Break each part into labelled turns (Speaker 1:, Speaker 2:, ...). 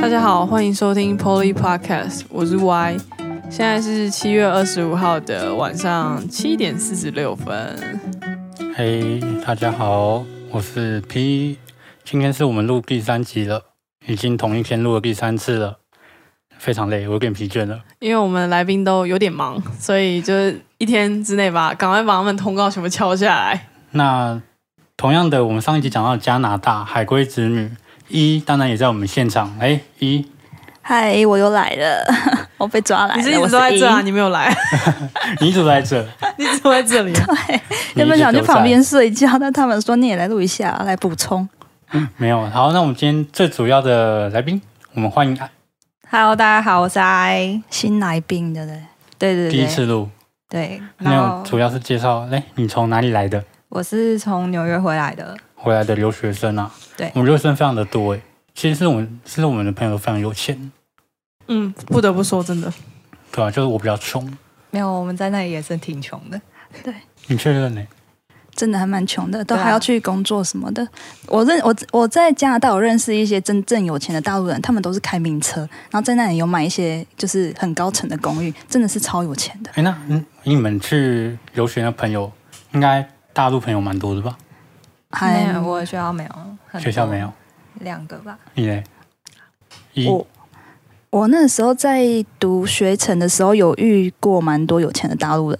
Speaker 1: 大家好，欢迎收听 Poly Podcast，我是 Y，现在是七月二十五号的晚上七点四十六分。
Speaker 2: 嘿大家好，我是 P，今天是我们录第三集了，已经同一天录了第三次了，非常累，我有点疲倦了。
Speaker 1: 因为我们来宾都有点忙，所以就是一天之内吧，赶快把他们通告全部敲下来。
Speaker 2: 那同样的，我们上一集讲到加拿大海归子女一，当然也在我们现场。哎，一，
Speaker 3: 嗨，我又来了， 我被抓来了。
Speaker 1: 你是一直
Speaker 3: 我
Speaker 1: 都在这啊？
Speaker 3: 一
Speaker 1: 你没有来，
Speaker 2: 你一直在 这，
Speaker 1: 你一直 都在这里啊、
Speaker 2: 你一
Speaker 3: 原
Speaker 2: 直
Speaker 3: 本想去
Speaker 2: 都在
Speaker 3: 旁边睡觉， 但他们说你也来录一下，来补充。
Speaker 2: 没有。好，那我们今天最主要的来宾，我们欢迎
Speaker 3: Hello，大家好，我是 I，新来宾对不对？对对对，
Speaker 2: 第一次录，
Speaker 3: 对。然
Speaker 2: 那
Speaker 3: 后
Speaker 2: 主要是介绍，哎，你从哪里来的？
Speaker 3: 我是从纽约回来的，
Speaker 2: 回来的留学生啊，
Speaker 3: 对
Speaker 2: 我们留学生非常的多哎，其实是我们，其实我们的朋友都非常有钱，
Speaker 1: 嗯，不得不说，真的，
Speaker 2: 对吧、就是我比较穷，
Speaker 4: 没有，我们在那里也是挺穷的。
Speaker 2: 你确认呢？
Speaker 3: 真的还蛮穷的，都
Speaker 4: 对啊
Speaker 3: 还要去工作什么的。我认我我在加拿大，我认识一些真正有钱的大陆人，他们都是开名车，然后在那里有买一些就是很高层的公寓，真的是超有钱的。
Speaker 2: 哎，那嗯，你们去留学的朋友，应该大陆朋友蛮多的吧？
Speaker 4: 没
Speaker 3: 还嗯
Speaker 4: 有，我学校没有，很多
Speaker 2: 学校没有，
Speaker 4: 两个吧。
Speaker 2: 你嘞？一
Speaker 3: 我我那时候在读学程的时候，有遇过蛮多有钱的大陆人，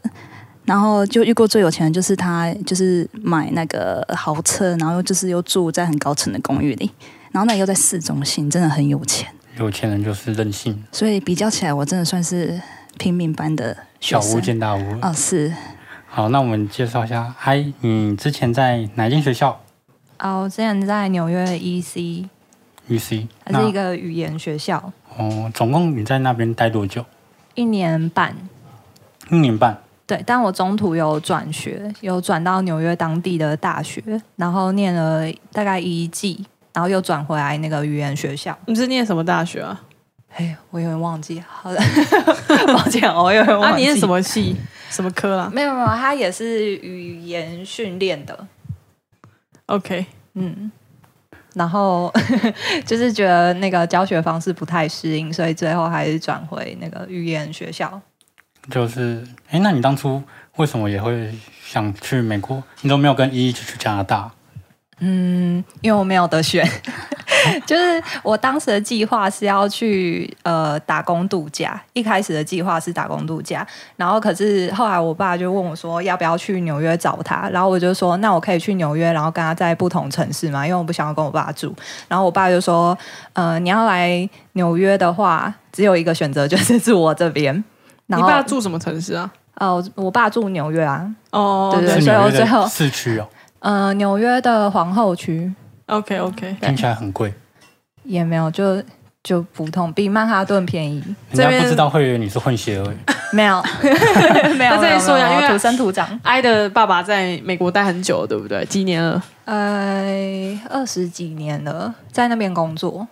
Speaker 3: 然后就遇过最有钱的就是他，就是买那个豪车，然后就是又住在很高层的公寓里，然后那里又在市中心，真的很有钱。
Speaker 2: 有钱人就是任性，
Speaker 3: 所以比较起来，我真的算是平民般的学
Speaker 2: 小
Speaker 3: 生。
Speaker 2: 巫见大巫。
Speaker 4: 嗯
Speaker 3: 哦，是
Speaker 2: 好，那我们介绍一下，嗨，你之前在哪一间学校
Speaker 4: 啊，我之前在纽约的 EC，
Speaker 2: ？UC，
Speaker 4: 它是
Speaker 2: 那
Speaker 4: 一个语言学校，
Speaker 2: 哦，总共你在那边待多久？
Speaker 4: 一年半。
Speaker 2: 一年半。
Speaker 4: 对，但我中途有转学，有转到纽约当地的大学，然后念了大概一季，然后又转回来那个语言学校。
Speaker 1: 你是念什么大学啊？
Speaker 4: 哎，我有点忘记，好的， 抱歉，我有点
Speaker 1: 啊，
Speaker 4: 忘记。
Speaker 1: 你念什？么系？什么科啊啦
Speaker 4: 没有没有，它也是语言训练的。
Speaker 1: ？OK，
Speaker 4: 嗯，然后 就是觉得那个教学方式不太适应，所以最后还是转回那个语言学校。
Speaker 2: 就是，哎，那你当初为什么也会想去美国？你都没有跟依依一起去加拿大？
Speaker 4: 嗯，因为我没有得选， 就是我当时的计划是要去呃打工度假，一开始的计划是打工度假，然后可是后来我爸就问我说要不要去纽约找他，然后我就说那我可以去纽约，然后跟他在不同城市嘛，因为我不想要跟我爸住，然后我爸就说呃你要来纽约的话，只有一个选择就是住我这边，然
Speaker 1: 你
Speaker 4: 后
Speaker 1: 爸住什么城市啊？
Speaker 4: 呃我我爸住纽约啊，
Speaker 1: 哦，
Speaker 4: 对
Speaker 2: 是
Speaker 4: 所以
Speaker 2: 纽
Speaker 4: 我
Speaker 2: 约
Speaker 4: 最后
Speaker 2: 的市区哦，
Speaker 4: 呃纽约的皇后区。
Speaker 1: ，OK OK，
Speaker 2: 听起来很贵，
Speaker 4: 也没有，就就普通，比曼哈顿便宜。
Speaker 1: 这
Speaker 2: 人家
Speaker 1: 边
Speaker 2: 不知道会以为你是混血儿。
Speaker 4: 没 有，没有，
Speaker 1: 那再说一下
Speaker 4: 没有没有
Speaker 1: 因为
Speaker 4: 土生土长，
Speaker 1: I 的爸爸在美国待很久，对不对？几年了？
Speaker 4: 呃，二十几年了，在那边工作，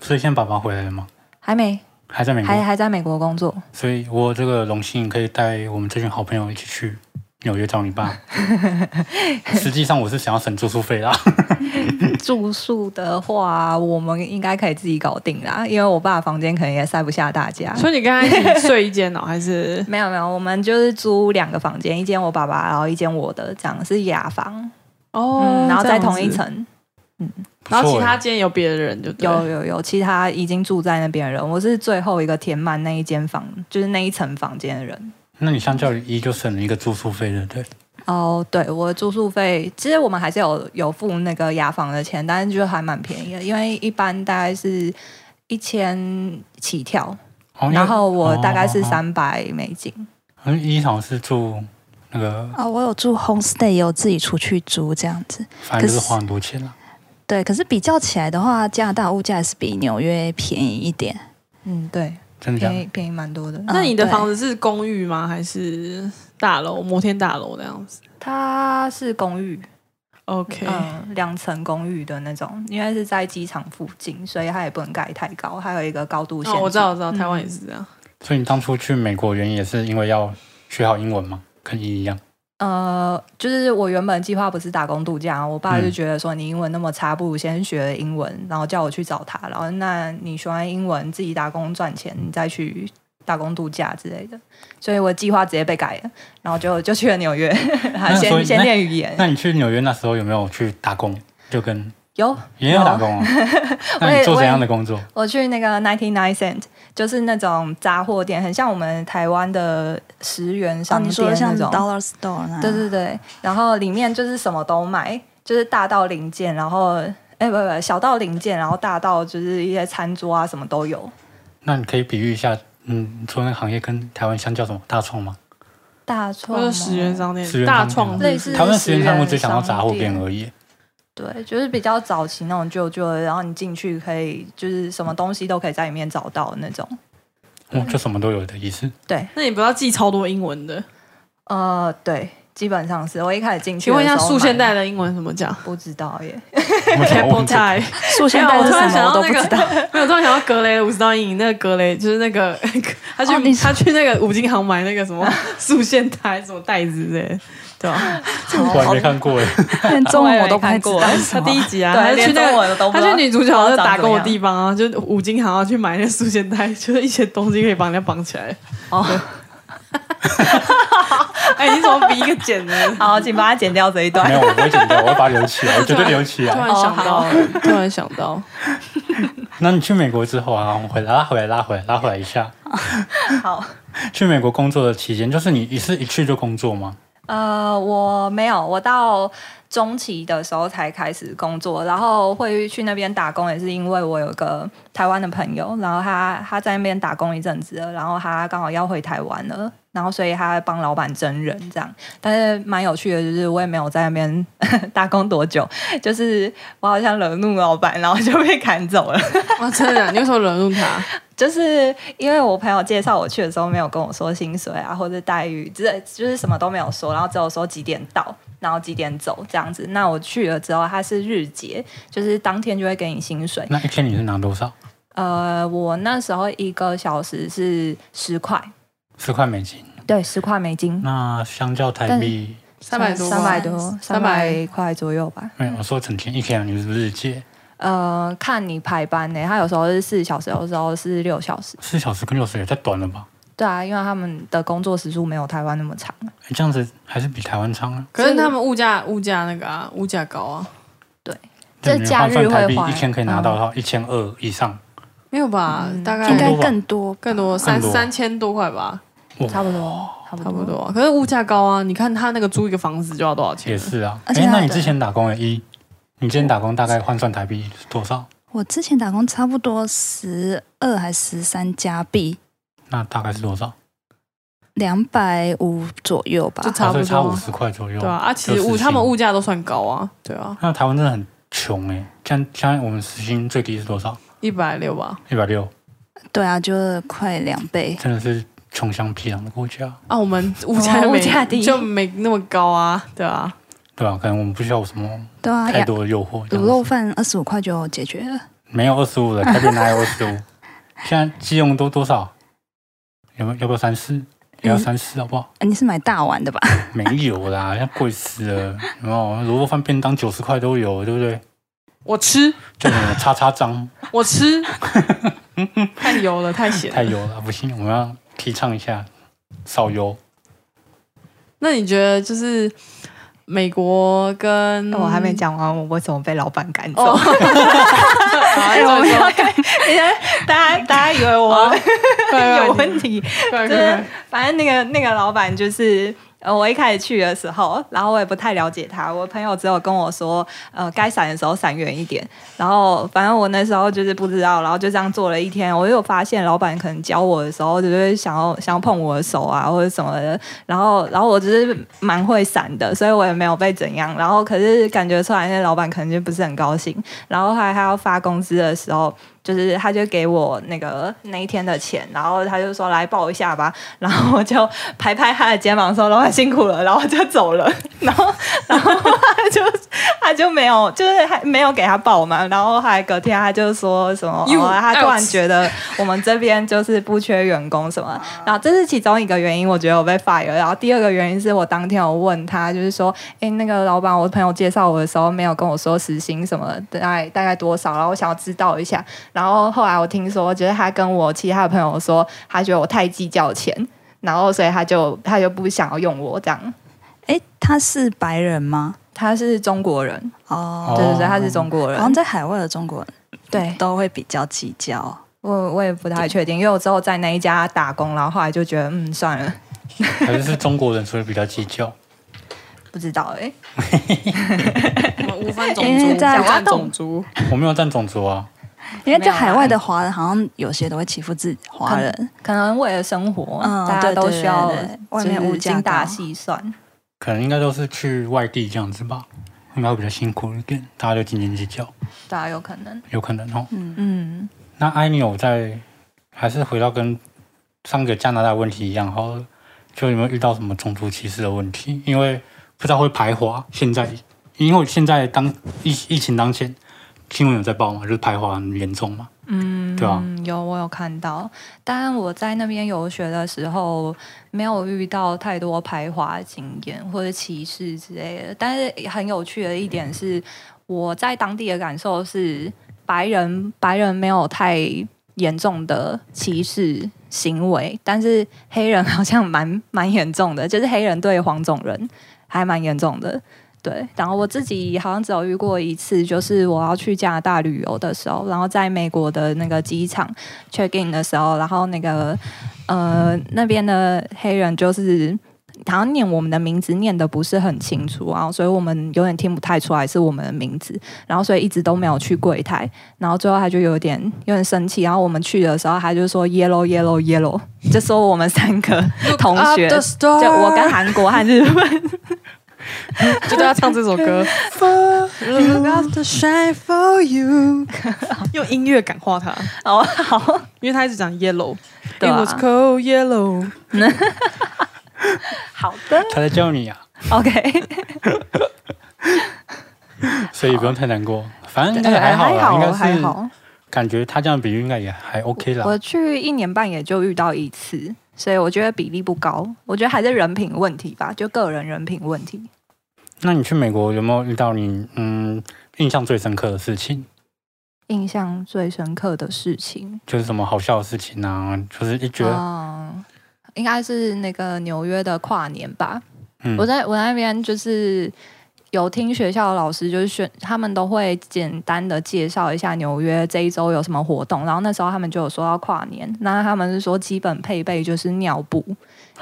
Speaker 2: 所以现在爸爸回来了吗？
Speaker 4: 还没，
Speaker 2: 还在美
Speaker 4: 还
Speaker 2: 国，
Speaker 4: 还在美国工作。
Speaker 2: 所以我有这个荣幸可以带我们这群好朋友一起去纽约找你爸。实际上我是想要省住宿费啦，
Speaker 4: 住宿的话，我们应该可以自己搞定啦，因为我爸房间可能也塞不下大家。
Speaker 1: 所以你跟他一起睡一间哦，还 是
Speaker 4: 没有没有，我们就是租两个房间，一间我爸爸，然后一间我的，这样是雅房，
Speaker 1: 哦、
Speaker 4: 嗯，然后在
Speaker 1: 这样
Speaker 4: 同一
Speaker 1: 子
Speaker 4: 层。
Speaker 2: 不
Speaker 1: 然后其
Speaker 2: 错欸
Speaker 1: 他间有别的人就对
Speaker 4: 有有有，其他已经住在那边的人，我是最后一个填满那一间房，就是那一层房间的人。
Speaker 2: 那你相较于一就省了一个住宿费了，对，
Speaker 4: 哦，对，我住宿费，其实我们还是有有付那个雅房的钱，但是就还蛮便宜的，因为一般大概是一千起跳，
Speaker 2: 哦因为
Speaker 4: 然后我大概是
Speaker 2: 哦哦哦
Speaker 4: 三百美金。
Speaker 2: 好像一好像是住那个，
Speaker 3: 哦，我有住 homestay，也有自己出去租这样子。
Speaker 2: 反正就
Speaker 3: 可
Speaker 2: 是
Speaker 3: 是
Speaker 2: 花很多钱啦。
Speaker 3: 对，可是比较起来的话，加拿大物价还是比纽约便宜一点。
Speaker 4: 嗯，对，
Speaker 2: 真的假
Speaker 4: 便
Speaker 2: 的？
Speaker 4: 宜便宜蛮多的。
Speaker 1: 那你的
Speaker 3: 嗯对
Speaker 1: 房子是公寓吗？还是大楼摩天大楼那样子
Speaker 4: 它是公寓，
Speaker 1: ？OK，、
Speaker 4: 嗯，两层公寓的那种，因为是在机场附近，所以它也不能盖太高，还有一个高度限制。
Speaker 1: 哦，我知道，我知道，
Speaker 4: 嗯
Speaker 1: 台湾也是这样。
Speaker 2: 所以你当初去美国原因也是因为要学好英文吗？跟一一样，
Speaker 4: 呃，就是我原本计划不是打工度假，我爸就
Speaker 2: 嗯
Speaker 4: 觉得说你英文那么差，不如先学英文，然后叫我去找他，然后那你学完英文自己打工赚钱，你再去打工度假之类的，所以我计划直接被改了，然后就就去了纽 约，然后
Speaker 2: 所
Speaker 4: 先
Speaker 2: 以
Speaker 4: 先练语言，
Speaker 2: 那你去纽约那时候有没有去打工？就跟
Speaker 4: 有
Speaker 2: 也有打 工、哦，那
Speaker 4: 我也
Speaker 2: 你做
Speaker 4: 我
Speaker 2: 怎
Speaker 4: 也
Speaker 2: 样的工作？
Speaker 4: 我去那个 ninety nine cent，就是那种杂货店，很像我们台湾的十元
Speaker 3: 哦，
Speaker 4: 商
Speaker 3: 你
Speaker 4: 店
Speaker 3: 说像
Speaker 4: 那种。
Speaker 3: Dollar Store 那样，
Speaker 4: 对对对，然后里面就是什么都买，就是大到零件，然后哎不不小到零件，然后大到就是一些餐桌啊什么都有。
Speaker 2: 那你可以比喻一下，嗯，你做那个行业跟台湾相较什么？大创吗？
Speaker 4: 大
Speaker 1: 或
Speaker 4: 创
Speaker 1: 者
Speaker 4: 吗
Speaker 1: 十元商
Speaker 2: 十
Speaker 1: 店、
Speaker 2: 元
Speaker 1: 大
Speaker 2: 商店
Speaker 1: 创
Speaker 4: 啊类似
Speaker 2: 台湾实验
Speaker 4: 商
Speaker 2: 商我只想到
Speaker 4: 商
Speaker 2: 杂货店
Speaker 4: 店
Speaker 2: 而已。
Speaker 4: 对，就是比较早期那种旧旧的，然后你进去可以就是什么东西都可以在里面找到那种。
Speaker 2: 哦，就什么都有的意 思。
Speaker 4: 对，
Speaker 1: 那你不要记超多英文的。
Speaker 4: 呃，对，基本上是我一开始进去
Speaker 1: 请
Speaker 4: 的时
Speaker 1: 问
Speaker 4: 候买。
Speaker 1: 一下，速现代的英文怎么讲
Speaker 4: 不知道耶。
Speaker 2: 我想问
Speaker 1: ？Apple
Speaker 2: 这
Speaker 1: Tie
Speaker 2: 个。
Speaker 3: 速现代是什么我都不知道。
Speaker 1: 没有，突然想到格雷的五十道阴影，那个格雷就是那个 他去、
Speaker 3: 哦你
Speaker 1: 他去那个五金行买那个什 么速线带什么袋子之类的，对吧？
Speaker 2: 我还没看 过耶，
Speaker 3: 连中文我都不太知
Speaker 4: 我
Speaker 3: 道
Speaker 4: 也没看过
Speaker 3: 是什
Speaker 1: 他
Speaker 3: 么
Speaker 1: 第一集啊，他
Speaker 4: 对，
Speaker 1: 就去
Speaker 4: 连
Speaker 1: 那
Speaker 4: 中
Speaker 1: 个。
Speaker 4: 文我都不
Speaker 1: 他
Speaker 4: 知
Speaker 1: 去
Speaker 4: 道。
Speaker 1: 女主角的打工的
Speaker 4: 长怎么
Speaker 1: 地
Speaker 4: 样
Speaker 1: 方啊，就是五金行要去买那个速线带，就是一些东西可以帮人家绑起来。
Speaker 4: 哦，
Speaker 1: 哎，你怎么比一个简呢？
Speaker 4: 好，请把它剪掉这一段
Speaker 2: 没。有，我不会剪掉，我会把它留起 来，我绝对留起
Speaker 1: 突
Speaker 2: 来。
Speaker 1: 然想 到了，突然想到，
Speaker 2: 那你去美国之后啊，我们回来拉回来拉回来拉回来一 下。
Speaker 4: 好，
Speaker 2: 去美国工作的期间，就是你一是一去就工作吗？
Speaker 4: 呃，我没有，我到中期的时候才开始工作，然后会去那边打工，也是因为我有个台湾的朋友，然后他他在那边打工一阵子了，然后他刚好要回台湾了，然后所以他帮老板真人这样，但是蛮有趣的，就是我也没有在那边 打工多久，就是我好像惹怒老板，然后就被 赶走了。
Speaker 1: 哇，真的，你为什么惹怒他？
Speaker 4: 就是因为我朋友介绍我去的时候，没有跟我说薪水啊或者待遇，之类，就是什么都没有说，然后只有说几点到，然后几点走这样子。那我去了之后，它是日结，就是当天就会给你薪水。
Speaker 2: 那一天你是拿多少？
Speaker 4: 呃，我那时候一个小时是十块，
Speaker 2: 十块美金。
Speaker 4: 对，十块美金，
Speaker 2: 那相较台
Speaker 4: 但
Speaker 2: 币，
Speaker 1: 三百多，
Speaker 4: 三百多，
Speaker 1: 三
Speaker 4: 三
Speaker 1: 百
Speaker 4: 百块左右吧。
Speaker 2: 没有，我说整天一天，你是不是日结？
Speaker 4: 呃，看你排班呢、它有时候是四小时，有时候是六小时。
Speaker 2: 四小时跟六十也太短了吧？
Speaker 4: 对啊，因为他们的工作时数没有台湾那么长。啊
Speaker 2: 诶这样子还是比台湾差啊。
Speaker 1: 可是他们物价物价那个啊，物价高啊，
Speaker 4: 这
Speaker 2: 你
Speaker 4: 假
Speaker 2: 换
Speaker 4: 日
Speaker 2: 算台
Speaker 4: 会
Speaker 2: 币
Speaker 4: 还
Speaker 2: 一天可以拿到的话，一千二以上。
Speaker 1: 没有吧？大概
Speaker 3: 应该嗯更多，
Speaker 1: 更多三
Speaker 2: 更多
Speaker 1: 三千多块吧，
Speaker 4: 差不多，差不
Speaker 1: 差不。多。可是物价高啊，你看他那个租一个房子就要多少钱
Speaker 2: 也？是啊。
Speaker 3: 而
Speaker 2: 哎、
Speaker 3: 且它
Speaker 2: 那你
Speaker 3: 的
Speaker 2: 之前打工的一，你之前打工大概换算台币是多少？
Speaker 3: 我之前打工差不多十二还十三加币，
Speaker 2: 那大概是多少？
Speaker 3: 两百五左右吧
Speaker 1: 就。差不
Speaker 2: 哦所以差
Speaker 1: 多
Speaker 2: 五
Speaker 1: 啊，
Speaker 2: 十块左右。
Speaker 1: 对啊。啊，其实
Speaker 2: 就
Speaker 1: 物
Speaker 2: 是
Speaker 1: 他们
Speaker 2: 薪
Speaker 1: 物价都算高啊，对啊，
Speaker 2: 那台湾真的很穷哎、像像我们时薪最低是多少？
Speaker 1: 一百六吧。
Speaker 2: 一百六，
Speaker 3: 对啊，就快两倍。
Speaker 2: 真的是穷乡僻壤的国家，
Speaker 1: 啊，我们物价
Speaker 4: 哦
Speaker 1: 没
Speaker 4: 物价低
Speaker 1: 就没那么高啊，对啊。
Speaker 2: 对吧、可能我们不需要有什么
Speaker 3: 对啊，
Speaker 2: 太
Speaker 3: 两
Speaker 2: 多的诱惑。这样
Speaker 3: 卤
Speaker 2: 子
Speaker 3: 肉饭二十五块就解决了，啊
Speaker 2: 没有二十五了，台北哪有二十五？现在基隆都多少？有没有？要不要三四？也要三四好不好？
Speaker 3: 呃你是买大碗的吧？
Speaker 2: 没有啦，要贵死了。然后卤肉饭便当九十块都有，对不对？
Speaker 1: 我吃，
Speaker 2: 就你们叉叉张
Speaker 1: 我 吃，太油了，太咸。
Speaker 2: 太油了，不行，我们要提倡一下少油。
Speaker 1: 那你觉得就是美国跟啊
Speaker 4: 我还没讲完，我为什么被老板赶走？
Speaker 1: 哦，好，
Speaker 4: 哎
Speaker 1: 我 们
Speaker 4: 我们
Speaker 1: 要
Speaker 4: 要改，大家大家以为我有问题，
Speaker 1: 对
Speaker 4: 就是反正那个那个老板就是。呃，我一开始去的时候，然后我也不太了解他，我朋友只有跟我说，呃，该闪的时候闪远一点。然后反正我那时候就是不知道，然后就这样做了一天。我有发现老板可能教我的时候，就是会想要想要碰我的手啊或者什么的。然后然后我只是蛮会闪的，所以我也没有被怎样。然后可是感觉出来，那老板可能就不是很高兴。然后后来他要发工资的时候，就是他就给我那个那一天的钱，然后他就说来抱一下吧， 然后我就拍拍他的肩膀说老板辛苦了，然后我就走了， 然后然后他就他就没有就是还没有给他抱嘛，然后还隔天他就说什么
Speaker 1: You
Speaker 4: 哦，他突然
Speaker 1: out
Speaker 4: 觉得我们这边就是不缺员工什么，然后这是其中一个原因，我觉得我被 fire，然后第二个原因是我当天有问他，就是说哎，那个老板，我朋友介绍我的时候没有跟我说时薪什么，大概大概多少，然后我想要知道一下。然后后来我听说，觉得他跟我其他的朋友说，他觉得我太计较钱，然后所以他就他就不想要用我这样。
Speaker 3: 哎，他是白人吗？
Speaker 4: 他是中国人，
Speaker 3: 哦，
Speaker 2: 哦
Speaker 4: 对对对，他是中国人
Speaker 3: 好。像在海外的中国人
Speaker 4: 对
Speaker 3: 都会比较计较。
Speaker 4: 我我也不太确定，因为我之后在那一家打工，然后后来就觉得嗯算了，
Speaker 2: 还是是中国人所以比较计较。
Speaker 4: 不知道哎、欸
Speaker 1: 我们无分种
Speaker 3: 因
Speaker 4: 哎
Speaker 3: 为
Speaker 1: 族，
Speaker 3: 在
Speaker 1: 想看种族，
Speaker 2: 我没有占种族啊，
Speaker 3: 因为
Speaker 4: 没
Speaker 3: 在
Speaker 4: 有啊
Speaker 3: 海外的华人，好像有些都会欺负自己华人。
Speaker 4: 可能为了生活，
Speaker 3: 嗯
Speaker 4: 大家
Speaker 3: 对对
Speaker 4: 都
Speaker 3: 对
Speaker 4: 需要
Speaker 3: 对对外面
Speaker 4: 就是
Speaker 3: 物价
Speaker 4: 精打
Speaker 3: 高
Speaker 4: 细算。
Speaker 2: 可能应该都是去外地这样子吧，应该会比较辛苦一点，大家就斤斤计较，
Speaker 4: 大家有可能，
Speaker 2: 有可能哦。
Speaker 3: 嗯，
Speaker 4: 嗯，
Speaker 2: 那艾米有在，还是回到跟上个加拿大问题一样，好了，就有没有遇到什么种族歧视的问题？因为不知道会排华，现在因为现在当疫疫情当前，新闻有在报嘛，就是排华很严重嘛，
Speaker 4: 嗯，
Speaker 2: 对啊
Speaker 4: 有我有看到，但我在那边游学的时候，没有遇到太多排华经验或者歧视之类的。但是很有趣的一点是，我在当地的感受是，白人白人没有太严重的歧视行为，但是黑人好像蛮蛮严重的，就是黑人对黄种人还蛮严重的。对，然后我自己好像只有遇过一次，就是我要去加拿大旅游的时候，然后在美国的那个机场 check in 的时候，然后那个呃那边的黑人就是好像念我们的名字念的不是很清楚啊，所以我们有点听不太出来是我们的名字，然后所以一直都没有去柜台，然后最后他就有点有点生气，然后我们去的时候他就说 yellow yellow yellow，就说我们三个 同
Speaker 1: Up the
Speaker 4: 学，就
Speaker 1: star
Speaker 4: 我跟韩国和日本。
Speaker 1: 就要唱这首歌。 用音乐感化他，
Speaker 4: 哦，好，
Speaker 1: 因为他一直讲 yellow，
Speaker 4: 对
Speaker 1: It
Speaker 4: 啊
Speaker 1: was cold yellow。
Speaker 4: 好的
Speaker 2: 他在叫你啊，
Speaker 4: ，OK，
Speaker 2: 所以不用太难过，反正应该
Speaker 4: 对
Speaker 2: 也还好啦，应
Speaker 4: 还
Speaker 2: 该
Speaker 4: 好，还
Speaker 2: 是
Speaker 4: 好。
Speaker 2: 感觉他这样比喻应该也还 OK 啦。
Speaker 4: 我去一年半也就遇到一次，所以我觉得比例不高。我觉得还是人品问题吧，就个人人品问题。
Speaker 2: 那你去美国有没有遇到你嗯印象最深刻的事情？
Speaker 4: 印象最深刻的事情，
Speaker 2: 就是什么好笑的事情啊？就是一觉得、
Speaker 4: 嗯，应该是那个纽约的跨年吧。
Speaker 2: 嗯
Speaker 4: 我在我那边就是有听学校的老师，就是选他们都会简单的介绍一下纽约这一周有什么活动，然后那时候他们就有说到跨年，那他们是说基本配备就是尿布，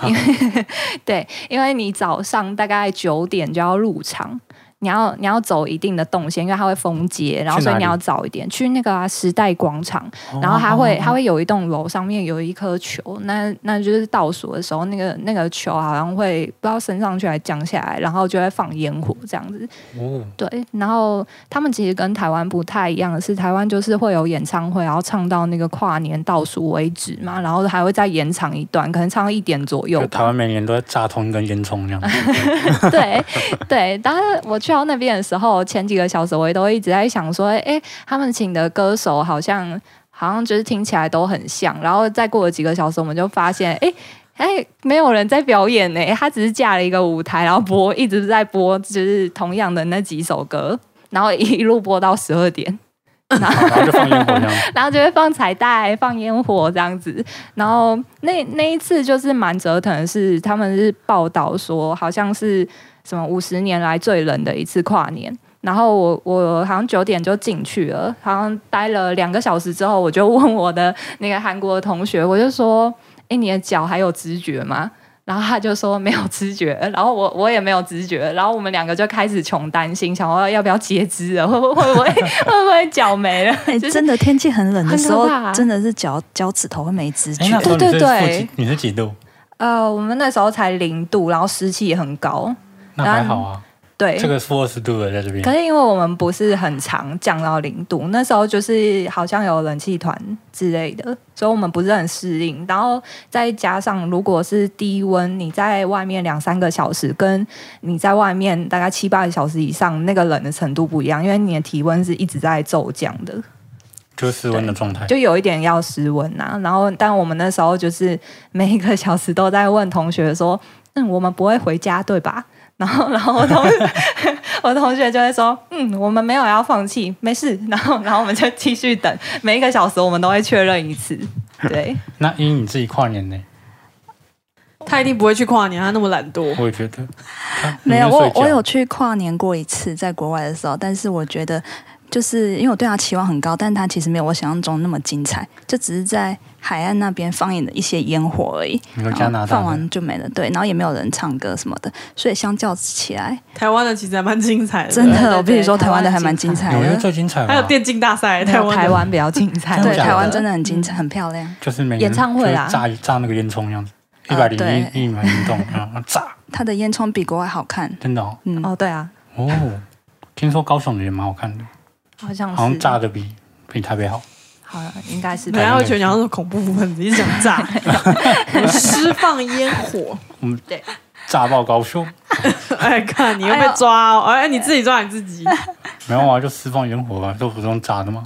Speaker 4: 因为、 对，因为你早上大概九点就要入场。你要你要走一定的动线，因为它会封街，然后
Speaker 2: 去
Speaker 4: 所以
Speaker 2: 哪
Speaker 4: 你
Speaker 2: 里
Speaker 4: 要早一点去那个、啊、时代广场，
Speaker 2: 哦
Speaker 4: 然后它会它会有一栋楼上面有一颗球，那那就是倒数的时候，那个那个球好像会不知道升上去还是降下来，然后就会放烟火这样子。
Speaker 2: 哦
Speaker 4: 对，然后他们其实跟台湾不太一样的是，台湾就是会有演唱会，然后唱到那个跨年倒数为止嘛，然后还会再延长一段，可能唱到一点左右
Speaker 2: 就台
Speaker 4: 吧。
Speaker 2: 湾每年都在炸通跟烟囱这 样，
Speaker 4: 对对，当然我去到那边的时候，前几个小时我也都一直在想说，哎，他们请的歌手好像好像就是听起来都很像，然后再过了几个小时，我们就发现，哎。哎，没有人在表演呢、他只是架了一个舞台，然后播一直在播，就是同样的那几首歌，然后一路播到十二点。
Speaker 2: 然后就放烟火 这样。
Speaker 4: 然后就会放彩带、放烟火这样子。然后那那一次就是蛮折腾的是，他们是报道说好像是什么五十年来最冷的一次跨年。然后我我好像九点就进去了，好像待了两个小时之后，我就问我的那个韩国的同学，我就说：“哎，你的脚还有知觉吗？”然后他就说没有知觉，然后我我也没有知觉，然后我们两个就开始穷担心，想要要不要截肢了，会不会会不会会不会脚没了？
Speaker 3: 哎，
Speaker 4: 就是
Speaker 3: 真的天气很冷的时候
Speaker 4: 很可怕，啊
Speaker 3: 真的是脚脚趾头会没知
Speaker 2: 哎，
Speaker 3: 觉
Speaker 2: 那。时候你
Speaker 4: 对
Speaker 2: 是
Speaker 4: 对
Speaker 2: 负
Speaker 4: 对
Speaker 2: 几？你是几度？
Speaker 4: 呃，我们那时候才零度，然后湿气也很高。
Speaker 2: 那还好啊。
Speaker 4: 对，
Speaker 2: 这个负二十度的在这边
Speaker 4: 可，是因为我们不是很常降到零度，那时候就是好像有冷气团之类的，所以我们不是很适应。然后再加上如果是低温，你在外面两三个小时，跟你在外面大概七八个小时以上，那个冷的程度不一样，因为你的体温是一直在骤降的。
Speaker 2: 就是室温的状态。
Speaker 4: 就有一点要失温呐、然后，但我们那时候就是每一个小时都在问同学说：“嗯，我们不会回家对吧？” 然后，然后我同 我同学就会说：“嗯，我们没有要放弃，没事。” 然后，然后我们就继续等。每一个小时我们都会确认一次。对，
Speaker 2: 那因你自己跨年呢？
Speaker 1: 他一定不会去跨年，他那么懒 惰。
Speaker 2: 我也觉 得他
Speaker 3: 没有，
Speaker 2: 你
Speaker 3: 我
Speaker 2: 睡觉
Speaker 3: 我有去跨年过一次，在国外的时候，但是我觉得就是因为我对他期望很高，但他其实没有我想象中那么精彩，就只是在海岸那边放映的一些烟火而已。
Speaker 2: 你说
Speaker 3: 然
Speaker 2: 加拿
Speaker 3: 后
Speaker 2: 大
Speaker 4: 哦
Speaker 3: 放
Speaker 2: 的
Speaker 3: 完就没了，对，然后也没有人唱歌什么的，所以相较起来，
Speaker 1: 台湾的其实还蛮精彩的，
Speaker 3: 真
Speaker 4: 对对
Speaker 3: 的，我必须说
Speaker 4: 台
Speaker 3: 台湾的
Speaker 4: 湾
Speaker 3: 还蛮
Speaker 4: 精
Speaker 3: 精
Speaker 4: 彩
Speaker 3: 彩
Speaker 2: 纽约
Speaker 3: 的，
Speaker 2: 最精彩吧，
Speaker 1: 还有电竞大赛，
Speaker 4: 台
Speaker 1: 台
Speaker 4: 湾
Speaker 1: 湾的
Speaker 4: 台湾比较精彩，
Speaker 2: 真
Speaker 3: 对，
Speaker 2: 的假的
Speaker 3: 台湾真的很精彩，很漂亮。
Speaker 2: 就是每
Speaker 4: 演唱会
Speaker 2: 就
Speaker 4: 啦
Speaker 2: 是炸炸那个烟囱样子，一
Speaker 3: 啊
Speaker 2: 百零
Speaker 3: 对
Speaker 2: 一一米运 动，然后炸，
Speaker 3: 它的烟囱比国外好看，
Speaker 2: 真的哦。
Speaker 3: 嗯，
Speaker 4: 哦，对啊，
Speaker 2: 哦，听说高雄的也蛮好看的，
Speaker 4: 好像哦是
Speaker 2: 好像炸的比比台北好。
Speaker 4: 好了，应该是
Speaker 1: 人家会觉得你好像是恐怖分子，一直想 炸，释放烟火。
Speaker 2: 炸爆高雄，
Speaker 1: 哎，看你又被抓哦！哎，你自己抓你自己。
Speaker 2: 没有啊，就释放烟火啊，都不是用炸的吗？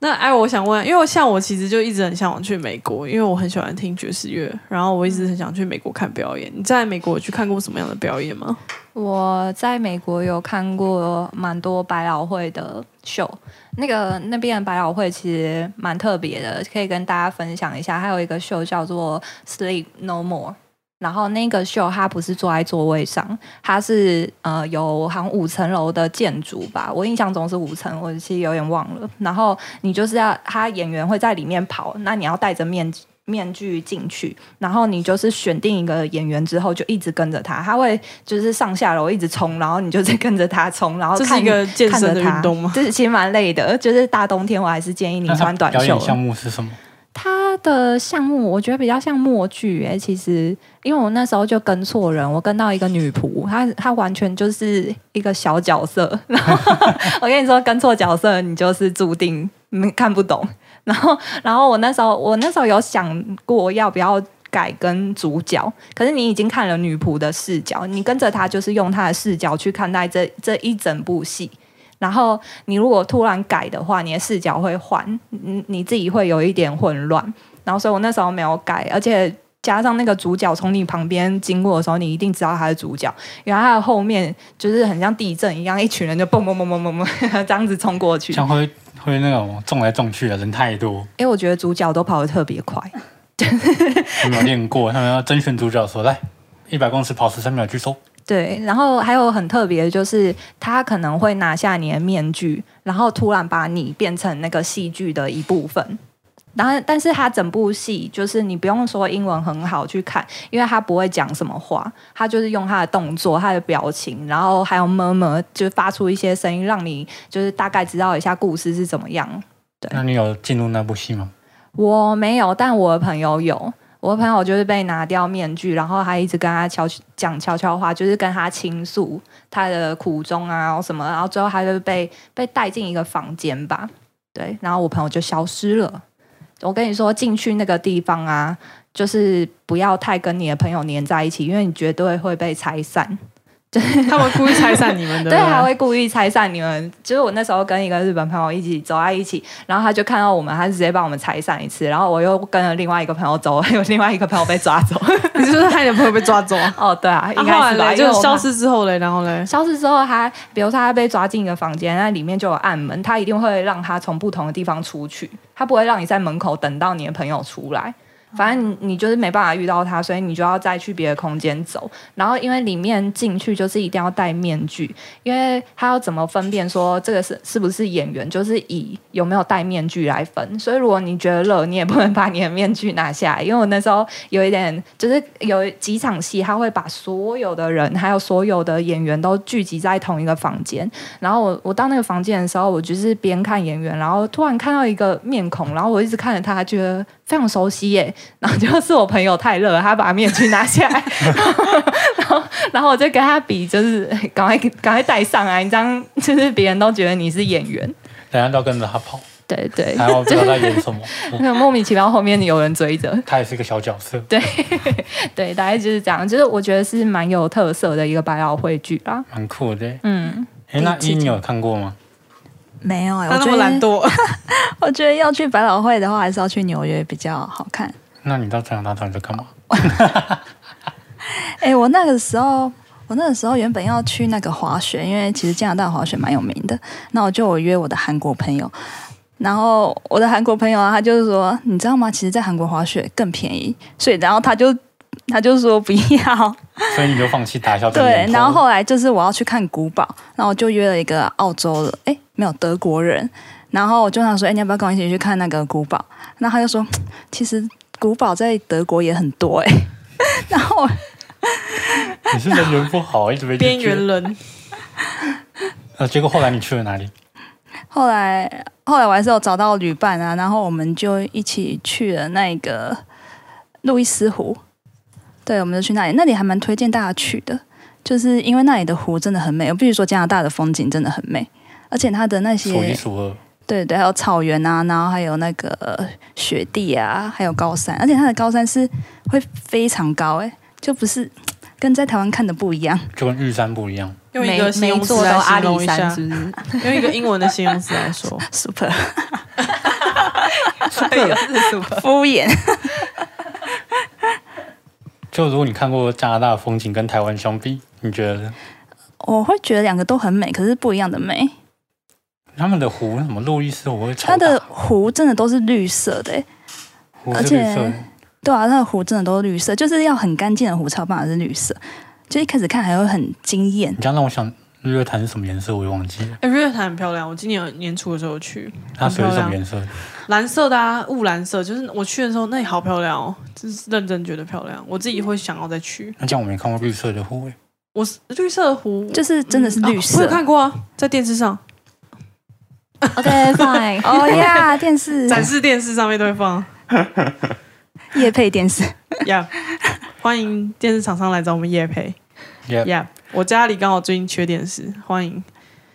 Speaker 1: 那哎，我想问，因为像我其实就一直很向往去美国，因为我很喜欢听爵士乐，然后我一直很想去美国看表
Speaker 4: 嗯
Speaker 1: 演。你在美国有去看过什么样的表演吗？
Speaker 4: 我在美国有看过蛮多百老汇的秀，那个那边的百老汇其实蛮特别的，可以跟大家分享一下。还有一个秀叫做《Sleep No More》，然后那个秀它不是坐在座位上，它是呃有好像五层楼的建筑吧，我印象中是五层，我其实有点忘了。然后你就是要他演员会在里面跑，那你要戴着面面具进去，然后你就是选定一个演员之后就一直跟着他，他会就是上下楼一直冲，然后你就是跟着他冲，然后
Speaker 1: 这
Speaker 4: 看
Speaker 1: 是一个健
Speaker 4: 看
Speaker 1: 身
Speaker 4: 着
Speaker 1: 的
Speaker 4: 他
Speaker 1: 运动 吗？
Speaker 4: 这是其实蛮累的，就是大冬天我还是建议你
Speaker 2: 那它
Speaker 4: 穿短
Speaker 2: 表
Speaker 4: 袖
Speaker 2: 演。项目是什么？
Speaker 4: 他的项目我觉得比较像默剧诶、其实因为我那时候就跟错人，我跟到一个女仆，她她完全就是一个小角色，然后 我跟你说跟错角色，你就是注定嗯看不懂。 然后然后我那时候我那时候有想过要不要。改跟主角，可是你已经看了女仆的视角，你跟着她就是用她的视角去看待这这一整部戏。然后你如果突然改的话，你的视角会换，你你自己会有一点混乱。然后所以我那时候没有改，而且加上那个主角从你旁边经过的时候，你一定知道他是主角，原来他的后面就是很像地震一样，一群人就蹦蹦蹦蹦蹦蹦 这样子冲过去。
Speaker 2: 像会会那种撞来撞去的人太多，
Speaker 4: 因为我觉得主角都跑得特别快，
Speaker 2: 有没有练过？他们要甄选主角说来。一百公尺跑十三秒，拒收。
Speaker 4: 对，然后还有很特别的就是，他可能会拿下你的面具，然后突然把你变成那个戏剧的一部分。然后，但是他整部戏就是你不用说英文很好去看，因为他不会讲什么话，他就是用他的动作、他的表情，然后还有么么，就发出一些声音，让你就是大概知道一下故事是怎么样。对
Speaker 2: 那你有进入那部戏吗？
Speaker 4: 我没有，但我的朋友有。我的朋友就是被拿掉面具，然后还一直跟他悄讲悄悄话，就是跟他倾诉他的苦衷啊，然后什么，然后最后他就被被带进一个房间吧，对，然后我朋友就消失了。我跟你说，进去那个地方啊，就是不要太跟你的朋友黏在一起，因为你绝对会被拆散。
Speaker 1: 他们故意拆散你们的，
Speaker 4: 对，啊还会故意拆散你们。就是我那时候跟一个日本朋友一起走在一起，然后他就看到我们，他就直接把我们拆散一次。然后我又跟了另外一个朋友走， 有另外一个朋友被抓 走。
Speaker 1: 你是不是害你的朋友被抓走啊？
Speaker 4: 哦，对啊，
Speaker 1: 啊
Speaker 4: 应该是
Speaker 1: 后
Speaker 4: 吧，
Speaker 1: 来嘞，
Speaker 4: 因为
Speaker 1: 就
Speaker 4: 我们
Speaker 1: 消。失之后嘞，然后嘞，
Speaker 4: 消失之后他，比如说他被抓进一个房间，那里面就有暗门，他一定会让他从不同的地方出去，他不会让你在门口等到你的朋友出来。反正你你就是没办法遇到他，所以你就要再去别的空间走。然后因为里面进去就是一定要戴面具，因为他要怎么分辨说这个是是不是演员，就是以有没有戴面具来分。所以如果你觉得热，你也不能把你的面具拿下来，因为我那时候有一点就是有几场戏，他会把所有的人还有所有的演员都聚集在同一个房间。然后我我到那个房间的时候，我就是边看演员，然后突然看到一个面孔，然后我一直看着他，觉得非常熟悉耶。然后就是我朋友太热了，他把面具拿下来，然后然后我就跟他比，就是 赶快赶快戴上啊，你这样就是别人都觉得你是演员。
Speaker 2: 等下都要跟着他跑，
Speaker 4: 对对，
Speaker 2: 然后不知道在演什么，嗯
Speaker 4: 莫名其妙后面有人追着。
Speaker 2: 他也是个小角色。
Speaker 4: 对 对，大概就是这样，就是我觉得是蛮有特色的一个百老汇剧啦。
Speaker 2: 蛮酷的欸。
Speaker 4: 嗯，
Speaker 2: 哎，那
Speaker 3: 第一
Speaker 2: 一
Speaker 3: 季
Speaker 2: 你有看过吗？
Speaker 3: 没有 哎、
Speaker 1: 他
Speaker 3: 我
Speaker 1: 那
Speaker 3: 觉
Speaker 1: 么
Speaker 3: 得
Speaker 1: 懒惰，
Speaker 3: 我觉得要去百老汇的话，还是要去纽约比较好看。
Speaker 2: 那你到加拿大到底在干嘛？
Speaker 3: 哎、我那个时候，我那个时候原本要去那个滑雪，因为其实加拿大滑雪蛮有名的。那我就有约我的韩国朋友，然后我的韩国朋友啊，他就是说，你知道吗？其实，在韩国滑雪更便宜，所以然后他就他就说不要，
Speaker 2: 所以你就放弃打消这个
Speaker 3: 对
Speaker 2: 念，头
Speaker 3: 然后后来就是我要去看古堡，然后我就约了一个澳洲的，诶，没有德国人，然后我就想说，诶，你要不要跟我一起去看那个古堡？那他就说，嗯其实古堡在德国也很多诶。 然后我
Speaker 2: 你是人缘不好，一直被拒绝
Speaker 1: 边缘。人。
Speaker 2: 呃，结果后来你去了哪里？
Speaker 3: 后来后来我还是有找到旅伴啊，然后我们就一起去了那个路易斯湖，对，我们就去那里，那里还蛮推荐大家去的，就是因为那里的湖真的很美，我必须说加拿大的风景真的很美，而且它的那些
Speaker 2: 数一数二。
Speaker 3: 对对，还有草原啊，然后还有那个呃雪地啊，还有高山，而且它的高山是会非常高、欸，就不是跟在台湾看的不一样。
Speaker 2: 就跟玉山不一样，
Speaker 1: 用一
Speaker 4: 每
Speaker 1: 个形
Speaker 4: 每一
Speaker 1: 容词
Speaker 4: 座都
Speaker 1: 来
Speaker 4: 阿
Speaker 1: 形容
Speaker 4: 里
Speaker 1: 一
Speaker 4: 山，
Speaker 1: 下
Speaker 4: 是，不是？
Speaker 1: 用一个英文的形容词来说，
Speaker 3: Super
Speaker 4: 又是什么？
Speaker 3: 敷衍，
Speaker 2: 就如果你看过加拿大的风景跟台湾相比，你觉得呢
Speaker 3: 我会觉得两个都很美，可是不一样的美。
Speaker 2: 他们的湖什么路易斯湖会超
Speaker 3: 它
Speaker 2: 大，
Speaker 3: 的湖真的都是绿色的、欸，
Speaker 2: 湖是绿色
Speaker 3: 而
Speaker 2: 的，
Speaker 3: 对啊，它的湖真的都是绿色，就是要很干净的湖才有办法是绿色。就一开始看还会很惊艳
Speaker 2: 你，这样让我想日月潭是什么颜色，我也忘记了，
Speaker 1: 哎、日月潭很漂亮。我今年年初的时候去，
Speaker 2: 它
Speaker 3: 啊
Speaker 2: 水
Speaker 1: 很漂
Speaker 2: 是什么
Speaker 1: 亮
Speaker 2: 颜色？
Speaker 1: 蓝色的啊，雾蓝色，就是我去的时候，那里好漂亮哦，真是认真觉得漂亮。我自己会想要再去。
Speaker 2: 那这样我没看过绿色的湖、欸，
Speaker 1: 我是绿色的湖，
Speaker 3: 就是真的是绿
Speaker 1: 啊我
Speaker 3: 色
Speaker 1: 有。看过啊，在电视上，
Speaker 4: 对，fine。
Speaker 3: 哦呀，电视
Speaker 1: 展示电视上面都会放。
Speaker 3: 夜配电视，
Speaker 1: Yeah，欢迎电视厂商来找我们夜配。
Speaker 2: 耶、
Speaker 1: Yeah，我家里刚好最近缺电视，欢迎。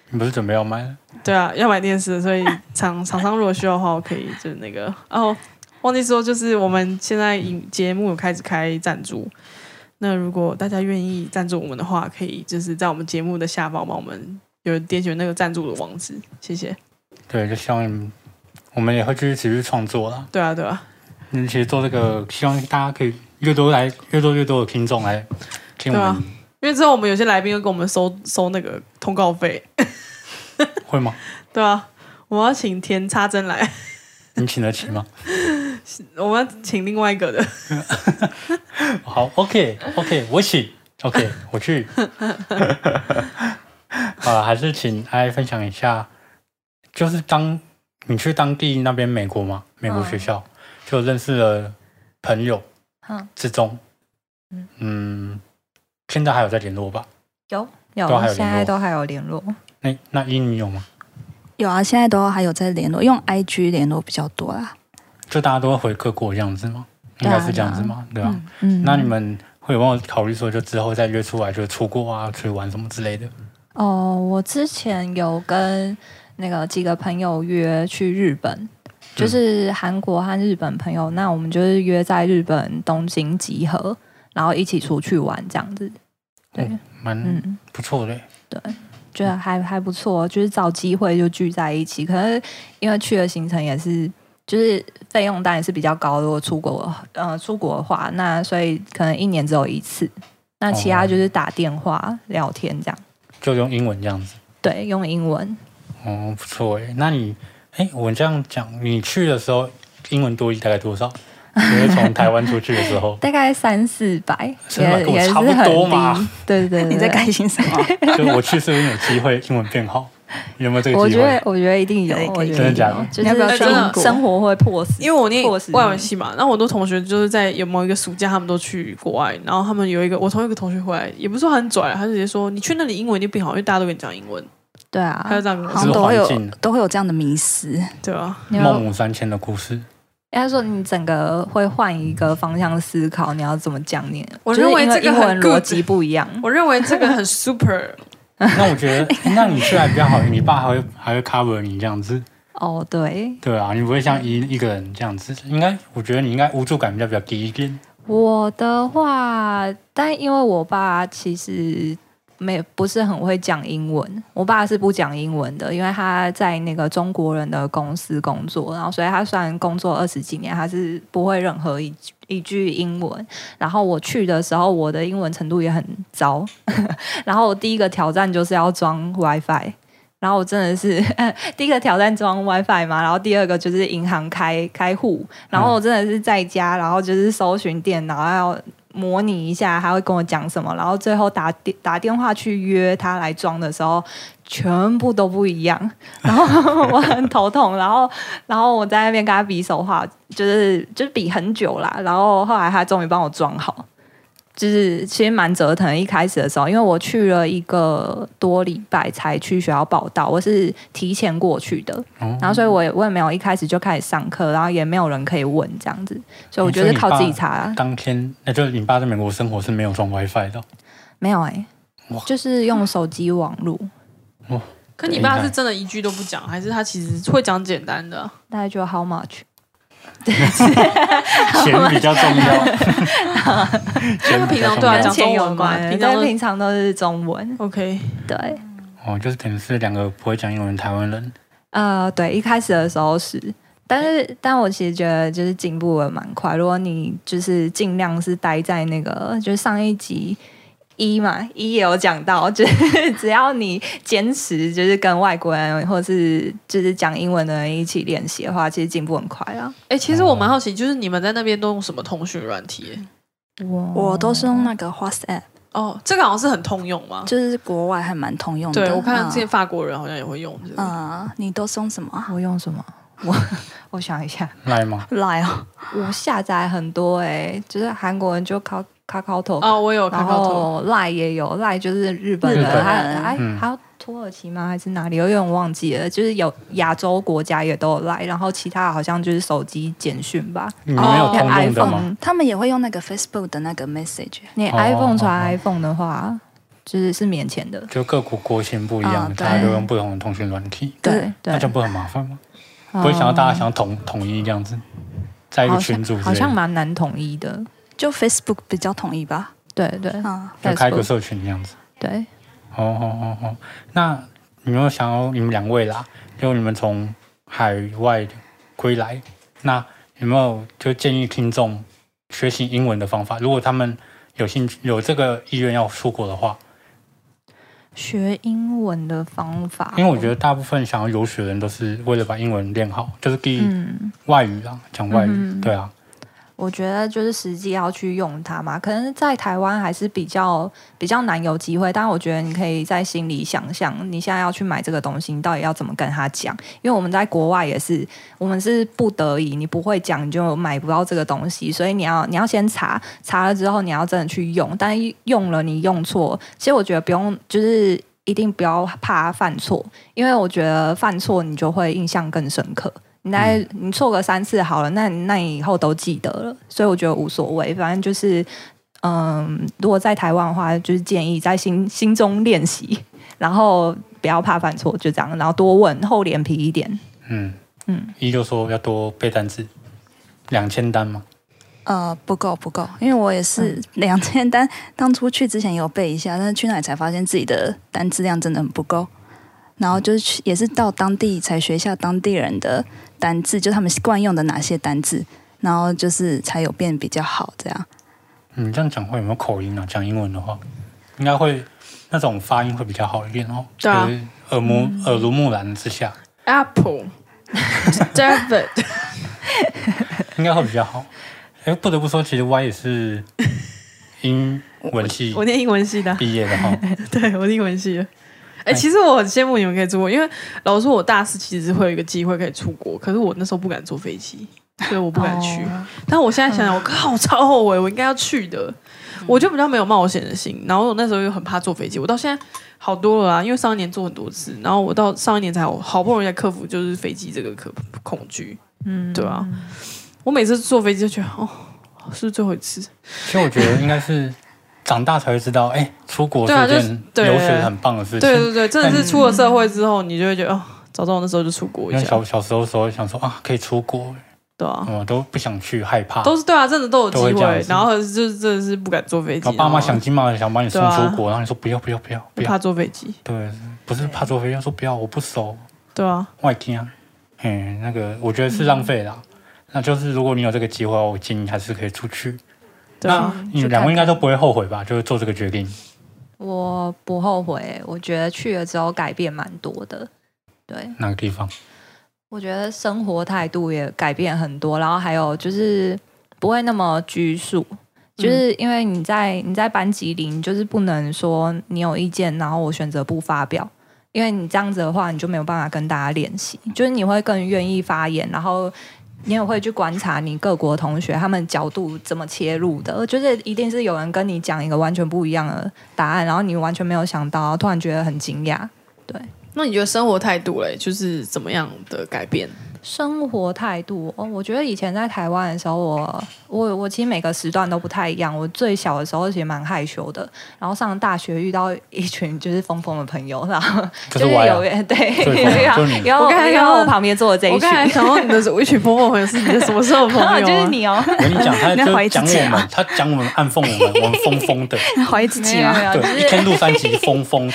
Speaker 2: 你不是准备要买了？
Speaker 1: 对啊，要买电视，所以厂厂商如果需要的话，我可以就是那个哦，忘记说，就是我们现在影节目有开始开赞助。那如果大家愿意赞助我们的话，可以就是在我们节目的下方帮我们有点选那个赞助的网址，谢谢。
Speaker 2: 对，就希望你们我们也会继续持续创作啦。
Speaker 1: 对啊，对啊，
Speaker 2: 嗯，其实做这个，希望大家可以越多来，越多越多的听众来听我
Speaker 1: 对啊
Speaker 2: 们，
Speaker 1: 因为之后我们有些来宾会跟我们收收那个通告费，
Speaker 2: 会吗？
Speaker 1: 对啊，我们要请田插针来，
Speaker 2: 你请得起吗？
Speaker 1: 我们要请另外一个的，
Speaker 2: 好，OK OK，我请，OK 我去。啊，还是请艾分享一下，就是当你去当地那边美国嘛，美国学校、就认识了朋友
Speaker 4: 嗯，
Speaker 2: 之中，嗯，现在还有在联络吧？
Speaker 4: 有
Speaker 2: 都还
Speaker 4: 有，
Speaker 2: 有联络
Speaker 4: 现在都还有联络。
Speaker 2: 那那英你有吗？
Speaker 3: 有啊，现在都还有在联络，用 IG 联络比较多啦。
Speaker 2: 就大家都会回各国这样子吗？应
Speaker 4: 对啊
Speaker 2: 该是这样子嘛，对吧、
Speaker 4: 嗯
Speaker 2: 那你们会有没有考虑说，就之后再约出来，就出国啊，出去玩什么之类的？
Speaker 4: 哦，我之前有跟那个几个朋友约去日本，就是韩国和日本朋友，那我们就是约在日本东京集合，然后一起出去玩这样子。对，
Speaker 2: 蛮
Speaker 4: 嗯，
Speaker 2: 不错的欸、
Speaker 4: 对。觉得还还不错，就是找机会就聚在一起。可是因为去的行程也是，就是费用当然是比较高。如果出国，呃，出国的话，那所以可能一年只有一次。那其他
Speaker 2: 哦
Speaker 4: 就是打电话聊天这样，
Speaker 2: 就用英文这样子。
Speaker 4: 对，用英文。，
Speaker 2: 哦，不错哎。那你，哎，我这样讲，你去的时候英文多一大概多少？因为从台湾出去的时候
Speaker 4: 大概三四百，
Speaker 2: 三四百
Speaker 4: 也
Speaker 2: 跟我
Speaker 4: 也是
Speaker 2: 差不
Speaker 4: 很
Speaker 2: 多
Speaker 4: 低
Speaker 2: 嘛。
Speaker 4: 对对对，
Speaker 3: 你在开心什么？
Speaker 2: 就我去是不是有机会英文变好？有没有这
Speaker 4: 我
Speaker 2: 个机
Speaker 4: 觉得
Speaker 2: 会？
Speaker 4: 我觉得一定有
Speaker 3: 可以，可
Speaker 4: 我
Speaker 3: 以
Speaker 4: 觉
Speaker 2: 真
Speaker 4: 得
Speaker 2: 的
Speaker 4: 一定
Speaker 2: 假的
Speaker 4: 有，就
Speaker 3: 你要不要
Speaker 4: 是
Speaker 1: 去英
Speaker 4: 生
Speaker 1: 国
Speaker 4: 生活会迫使，
Speaker 1: 因为我念
Speaker 4: 迫使
Speaker 1: 外文
Speaker 4: 你
Speaker 1: 系嘛，那我很多同学就是在有某一个暑假，他们都去国外，然后他们有一个我同一个同学回来，也不是说很拽，他直接说你去那里英文一定变好，因为大家都跟你讲英文，
Speaker 4: 对啊，
Speaker 1: 他就这样跟我
Speaker 3: 好
Speaker 1: 说
Speaker 3: 像，都会
Speaker 2: 是环
Speaker 3: 有
Speaker 2: 境
Speaker 3: 都会有这样的迷失。
Speaker 1: 对啊，
Speaker 4: 你有
Speaker 2: 孟母三迁的故事，
Speaker 4: 哎应该说你整个会换一个方向思考，你要怎么讲你？
Speaker 1: 我
Speaker 4: 就是
Speaker 1: 认为
Speaker 4: 因
Speaker 1: 这个
Speaker 4: 英
Speaker 1: 很
Speaker 4: 文
Speaker 1: good
Speaker 4: 逻辑不一样。
Speaker 1: 我认为这个很 super，
Speaker 2: 那我觉得，诶那你去还比较好，你爸还会还会 cover 你这样子，
Speaker 4: 哦，对，
Speaker 2: 对啊，你不会像一一个人这样子，应该我觉得你应该无助感比较比较低一点。
Speaker 4: 我的话，但因为我爸其实没不是很会讲英文，我爸是不讲英文的，因为他在那个中国人的公司工作，然后所以他虽然工作二十几年，他是不会任何一句一句英文。然后我去的时候，我的英文程度也很糟， 然后我第一个挑战就是要装 WiFi。然后我真的是 第一个挑战装 WiFi 嘛，然后第二个就是银行开开户，然后我真的是在家，然后就是搜寻电脑，然后要模拟一下他会跟我讲什么，然后最后打电打电话去约他来装的时候，全部都不一样，然后我很头痛，然后然后我在那边跟他比手画，就是就是比很久啦，然后后来他终于帮我装好。就是其实蛮折腾的，一开始的时候，因为我去了一个多礼拜才去学校报道，我是提前过去的，
Speaker 2: 哦
Speaker 4: 然后所以我也我也没有一开始就开始上课，然后也没有人可以问这样子，所以我觉得是靠自己查，
Speaker 2: 当天，那就是你爸在美国生活是没有装 WiFi 的哦。
Speaker 4: 没有哎、
Speaker 2: 哇
Speaker 4: 就是用手机网络，
Speaker 1: 可你爸是真的一句都不讲，还是他其实会讲简单的？
Speaker 4: 大概就 how much，
Speaker 2: 钱比较重 要。
Speaker 1: 因为
Speaker 2: 钱比
Speaker 1: 平
Speaker 2: 较
Speaker 1: 常
Speaker 2: 重
Speaker 1: 对
Speaker 2: 要
Speaker 1: 啊讲中文嘛平
Speaker 4: 的
Speaker 1: 常
Speaker 4: 但
Speaker 1: 都
Speaker 4: 平常都是中文，
Speaker 1: OK，
Speaker 4: 对，
Speaker 2: 哦，就是等于是两个不会讲英文的台湾人。
Speaker 4: 呃，对，一开始的时候是。但是，但我其实觉得就是进步的蛮快。如果你就是尽量是待在那个，就是上一集一嘛，一也有讲到， 就是只要你坚持，就是跟外国人或是就是讲英文的人一起练习的话，其实进步很快啊。
Speaker 1: 哎、其实我蛮好奇，就是你们在那边都用什么通讯软体、欸
Speaker 4: 我
Speaker 3: 我都是用那个 WhatsApp，
Speaker 1: 哦，这个好像是很通用嘛。
Speaker 3: 就是国外还蛮通用的。
Speaker 1: 对，我看
Speaker 3: 嗯
Speaker 1: 之前法国人好像也会用。这个
Speaker 3: 嗯，你都是用什么啊？
Speaker 4: 我用什么？我我想一下，
Speaker 2: 来吗？
Speaker 3: 来哦，
Speaker 4: 我下载很多哎、就是韩国人就靠 Kakao Talk，、
Speaker 1: 哦，我有
Speaker 4: 然
Speaker 1: 看到头。
Speaker 4: 后 Line 也有，Line 就是日本的，
Speaker 3: 日本
Speaker 4: 还还
Speaker 2: 嗯
Speaker 4: 还有土耳其吗？还是哪里？我有点忘记了。就是有亚洲国家也都有 Line，然后其他好像就是手机简讯吧。
Speaker 2: 你们没有通用的吗？
Speaker 4: 哦 iPhone，
Speaker 3: 嗯他们也会用那个 Facebook 的那个 message。
Speaker 4: 你
Speaker 2: 哦
Speaker 4: iPhone
Speaker 2: 哦哦
Speaker 4: 传 iPhone 的话，就是是免钱的。
Speaker 2: 就各国国情不一样，
Speaker 3: 啊对
Speaker 2: 大家都用不同的通讯软体，
Speaker 4: 对
Speaker 2: 那
Speaker 4: 哦对
Speaker 2: 这，样不会很麻烦吗？不会想要大家
Speaker 4: 嗯
Speaker 2: 想要统统一这样子，在一个
Speaker 4: 好
Speaker 2: 群组
Speaker 4: 像
Speaker 2: 之
Speaker 4: 好
Speaker 2: 类
Speaker 4: 像
Speaker 2: 的，
Speaker 4: 蛮难统一的。
Speaker 3: 就 Facebook 比较统一吧。
Speaker 4: 对对
Speaker 3: 啊，
Speaker 2: 就开个
Speaker 4: Facebook，
Speaker 2: 社群这样子。
Speaker 4: 对。
Speaker 2: 哦哦哦哦，那你们有想要你们两位啦，就你们从海外归来，那有没有就建议听众学习英文的方法？如果他们有兴趣有这个意愿要出国的话，
Speaker 4: 学英文的方法，
Speaker 2: 因为我觉得大部分想要游学的人都是为了把英文练好，就是第一
Speaker 4: 嗯，
Speaker 2: 外语啊，讲外语，
Speaker 4: 嗯
Speaker 2: 对啊，
Speaker 4: 我觉得就是实际要去用它嘛，可能在台湾还是比较比较难有机会，但我觉得你可以在心里想象，你现在要去买这个东西，你到底要怎么跟他讲？因为我们在国外也是，我们是不得已，你不会讲你就买不到这个东西，所以你要你要先查，查了之后你要真的去用，但是用了你用错，其实我觉得不用就是。一定不要怕犯错，因为我觉得犯错你就会印象更深刻。你大概你错个三次好了，那那你以后都记得了，所以我觉得无所谓，反正就是，嗯，如果在台湾的话，就是建议在心心中练习，然后不要怕犯错，就这样，然后多问，厚脸皮一点。
Speaker 2: 嗯
Speaker 4: 嗯，
Speaker 2: 一就说要多背单词，两千单嘛，
Speaker 3: 呃，不够不够，因为我也
Speaker 1: 嗯
Speaker 3: 是两千单，当初去之前有背一下，但是 去那里才发现自己的单词量真的很不够。然后就是去也是到当地才学一下当地人的单字，就他们惯用的哪些单字，然后就是才有变比较好这样。
Speaker 2: 你这样讲话有没有口音啊？讲英文的话，应该会那种发音会比较好一点哦。
Speaker 1: 对啊
Speaker 2: 就是耳目、耳濡目染之下，
Speaker 1: Apple 、David，
Speaker 2: 应该会比较好。哎，不得不说，其实 Y 也是英文系
Speaker 1: 我念英文系的啊，
Speaker 2: 毕业的哈、
Speaker 1: 对我念英文系的。哎、
Speaker 2: 哎
Speaker 1: 其实我很羡慕你们可以出国，因为老实说，我大四其实会有一个机会可以出国，可是我那时候不敢坐飞机，所以我不敢去。
Speaker 4: 哦
Speaker 1: 但我现在想
Speaker 4: 嗯
Speaker 1: 想，我靠，我超后悔，我应该要去的。我就比较没有冒险的心，然后我那时候又很怕坐飞机，我到现在好多了啊，因为上一年坐很多次，然后我到上一年才好好不容易才克服就是飞机这个可恐惧，
Speaker 4: 嗯
Speaker 1: 对啊，我每次坐飞机就觉得，哦，是不是最后一次？
Speaker 2: 其实我觉得应该是长大才会知道，哎、出国是
Speaker 1: 对啊
Speaker 2: 一
Speaker 1: 就是
Speaker 2: 件
Speaker 1: 对
Speaker 2: 留学很棒的事情。
Speaker 1: 对对对，真的是出了社会之后，你就会觉得，哦，早知道我那时候就出国
Speaker 2: 因
Speaker 1: 一
Speaker 2: 为
Speaker 1: 下
Speaker 2: 嗯小，小时候时候想说啊，可以出国，
Speaker 1: 对啊，
Speaker 2: 我都不想去，害怕。
Speaker 1: 都是对啊，真的都有机
Speaker 2: 都会这样
Speaker 1: 会，
Speaker 2: 子
Speaker 1: 然后就是真的是不敢坐飞机，
Speaker 2: 然后爸妈
Speaker 1: 然
Speaker 2: 想
Speaker 1: 后
Speaker 2: 啊尽办法想把你送
Speaker 1: 对啊
Speaker 2: 出国，然后你说不要不要不要不
Speaker 1: 就
Speaker 2: 要，
Speaker 1: 怕坐飞机，
Speaker 2: 对，不是怕坐飞机，说不要，我不熟，
Speaker 1: 对啊，
Speaker 2: 外听啊，嘿，那个我觉得是浪费啦。那就是如果你有这个计划，我建议还是可以出去。
Speaker 1: 对啊，
Speaker 2: 你
Speaker 4: 去
Speaker 2: 两
Speaker 4: 看
Speaker 2: 位应该
Speaker 4: 看
Speaker 2: 都不会后悔吧？就是做这个决定，
Speaker 4: 我不后悔，我觉得去了之后改变蛮多的。对，
Speaker 2: 哪个地方？
Speaker 4: 我觉得生活态度也改变很多，然后还有就是不会那么拘束，就是因为你在你在班级里，你就是不能说你有意见，然后我选择不发表，因为你这样子的话，你就没有办法跟大家练习，就是你会更愿意发言，然后。你也会去观察你各国同学他们角度怎么切入的，就是一定是有人跟你讲一个完全不一样的答案，然后你完全没有想到，然后突然觉得很惊讶。
Speaker 1: 那你觉得生活态度嘞，就是怎么样的改变？
Speaker 4: 生活态度哦，我觉得以前在台湾的时候我，我我其实每个时段都不太一样。我最小的时候其实蛮害羞的，然后上大学遇到一群就是疯疯的朋友，然后
Speaker 2: 就
Speaker 4: 就是是
Speaker 2: 我呀
Speaker 4: 有 人
Speaker 2: 最疯
Speaker 4: 对，
Speaker 2: 的
Speaker 4: 然
Speaker 2: 啊就
Speaker 4: 后
Speaker 2: 是你
Speaker 4: 然后
Speaker 1: 我刚才
Speaker 4: 然后
Speaker 1: 想
Speaker 4: 我旁边坐的这一
Speaker 1: 我
Speaker 4: 群
Speaker 1: 刚，才想到你的一群朋友朋友是你的什么时候的朋友、啊？
Speaker 4: 就是你哦，
Speaker 2: 我跟你讲，他
Speaker 3: 你在怀
Speaker 2: 就
Speaker 3: 疑
Speaker 2: 讲
Speaker 3: 自己
Speaker 2: 我们，他讲我们暗讽我们，我们疯疯的，
Speaker 3: 怀疑自己
Speaker 4: 没有
Speaker 3: 吗
Speaker 4: 没？有，就
Speaker 2: 对，一
Speaker 4: 是
Speaker 2: 天录三集，疯疯的。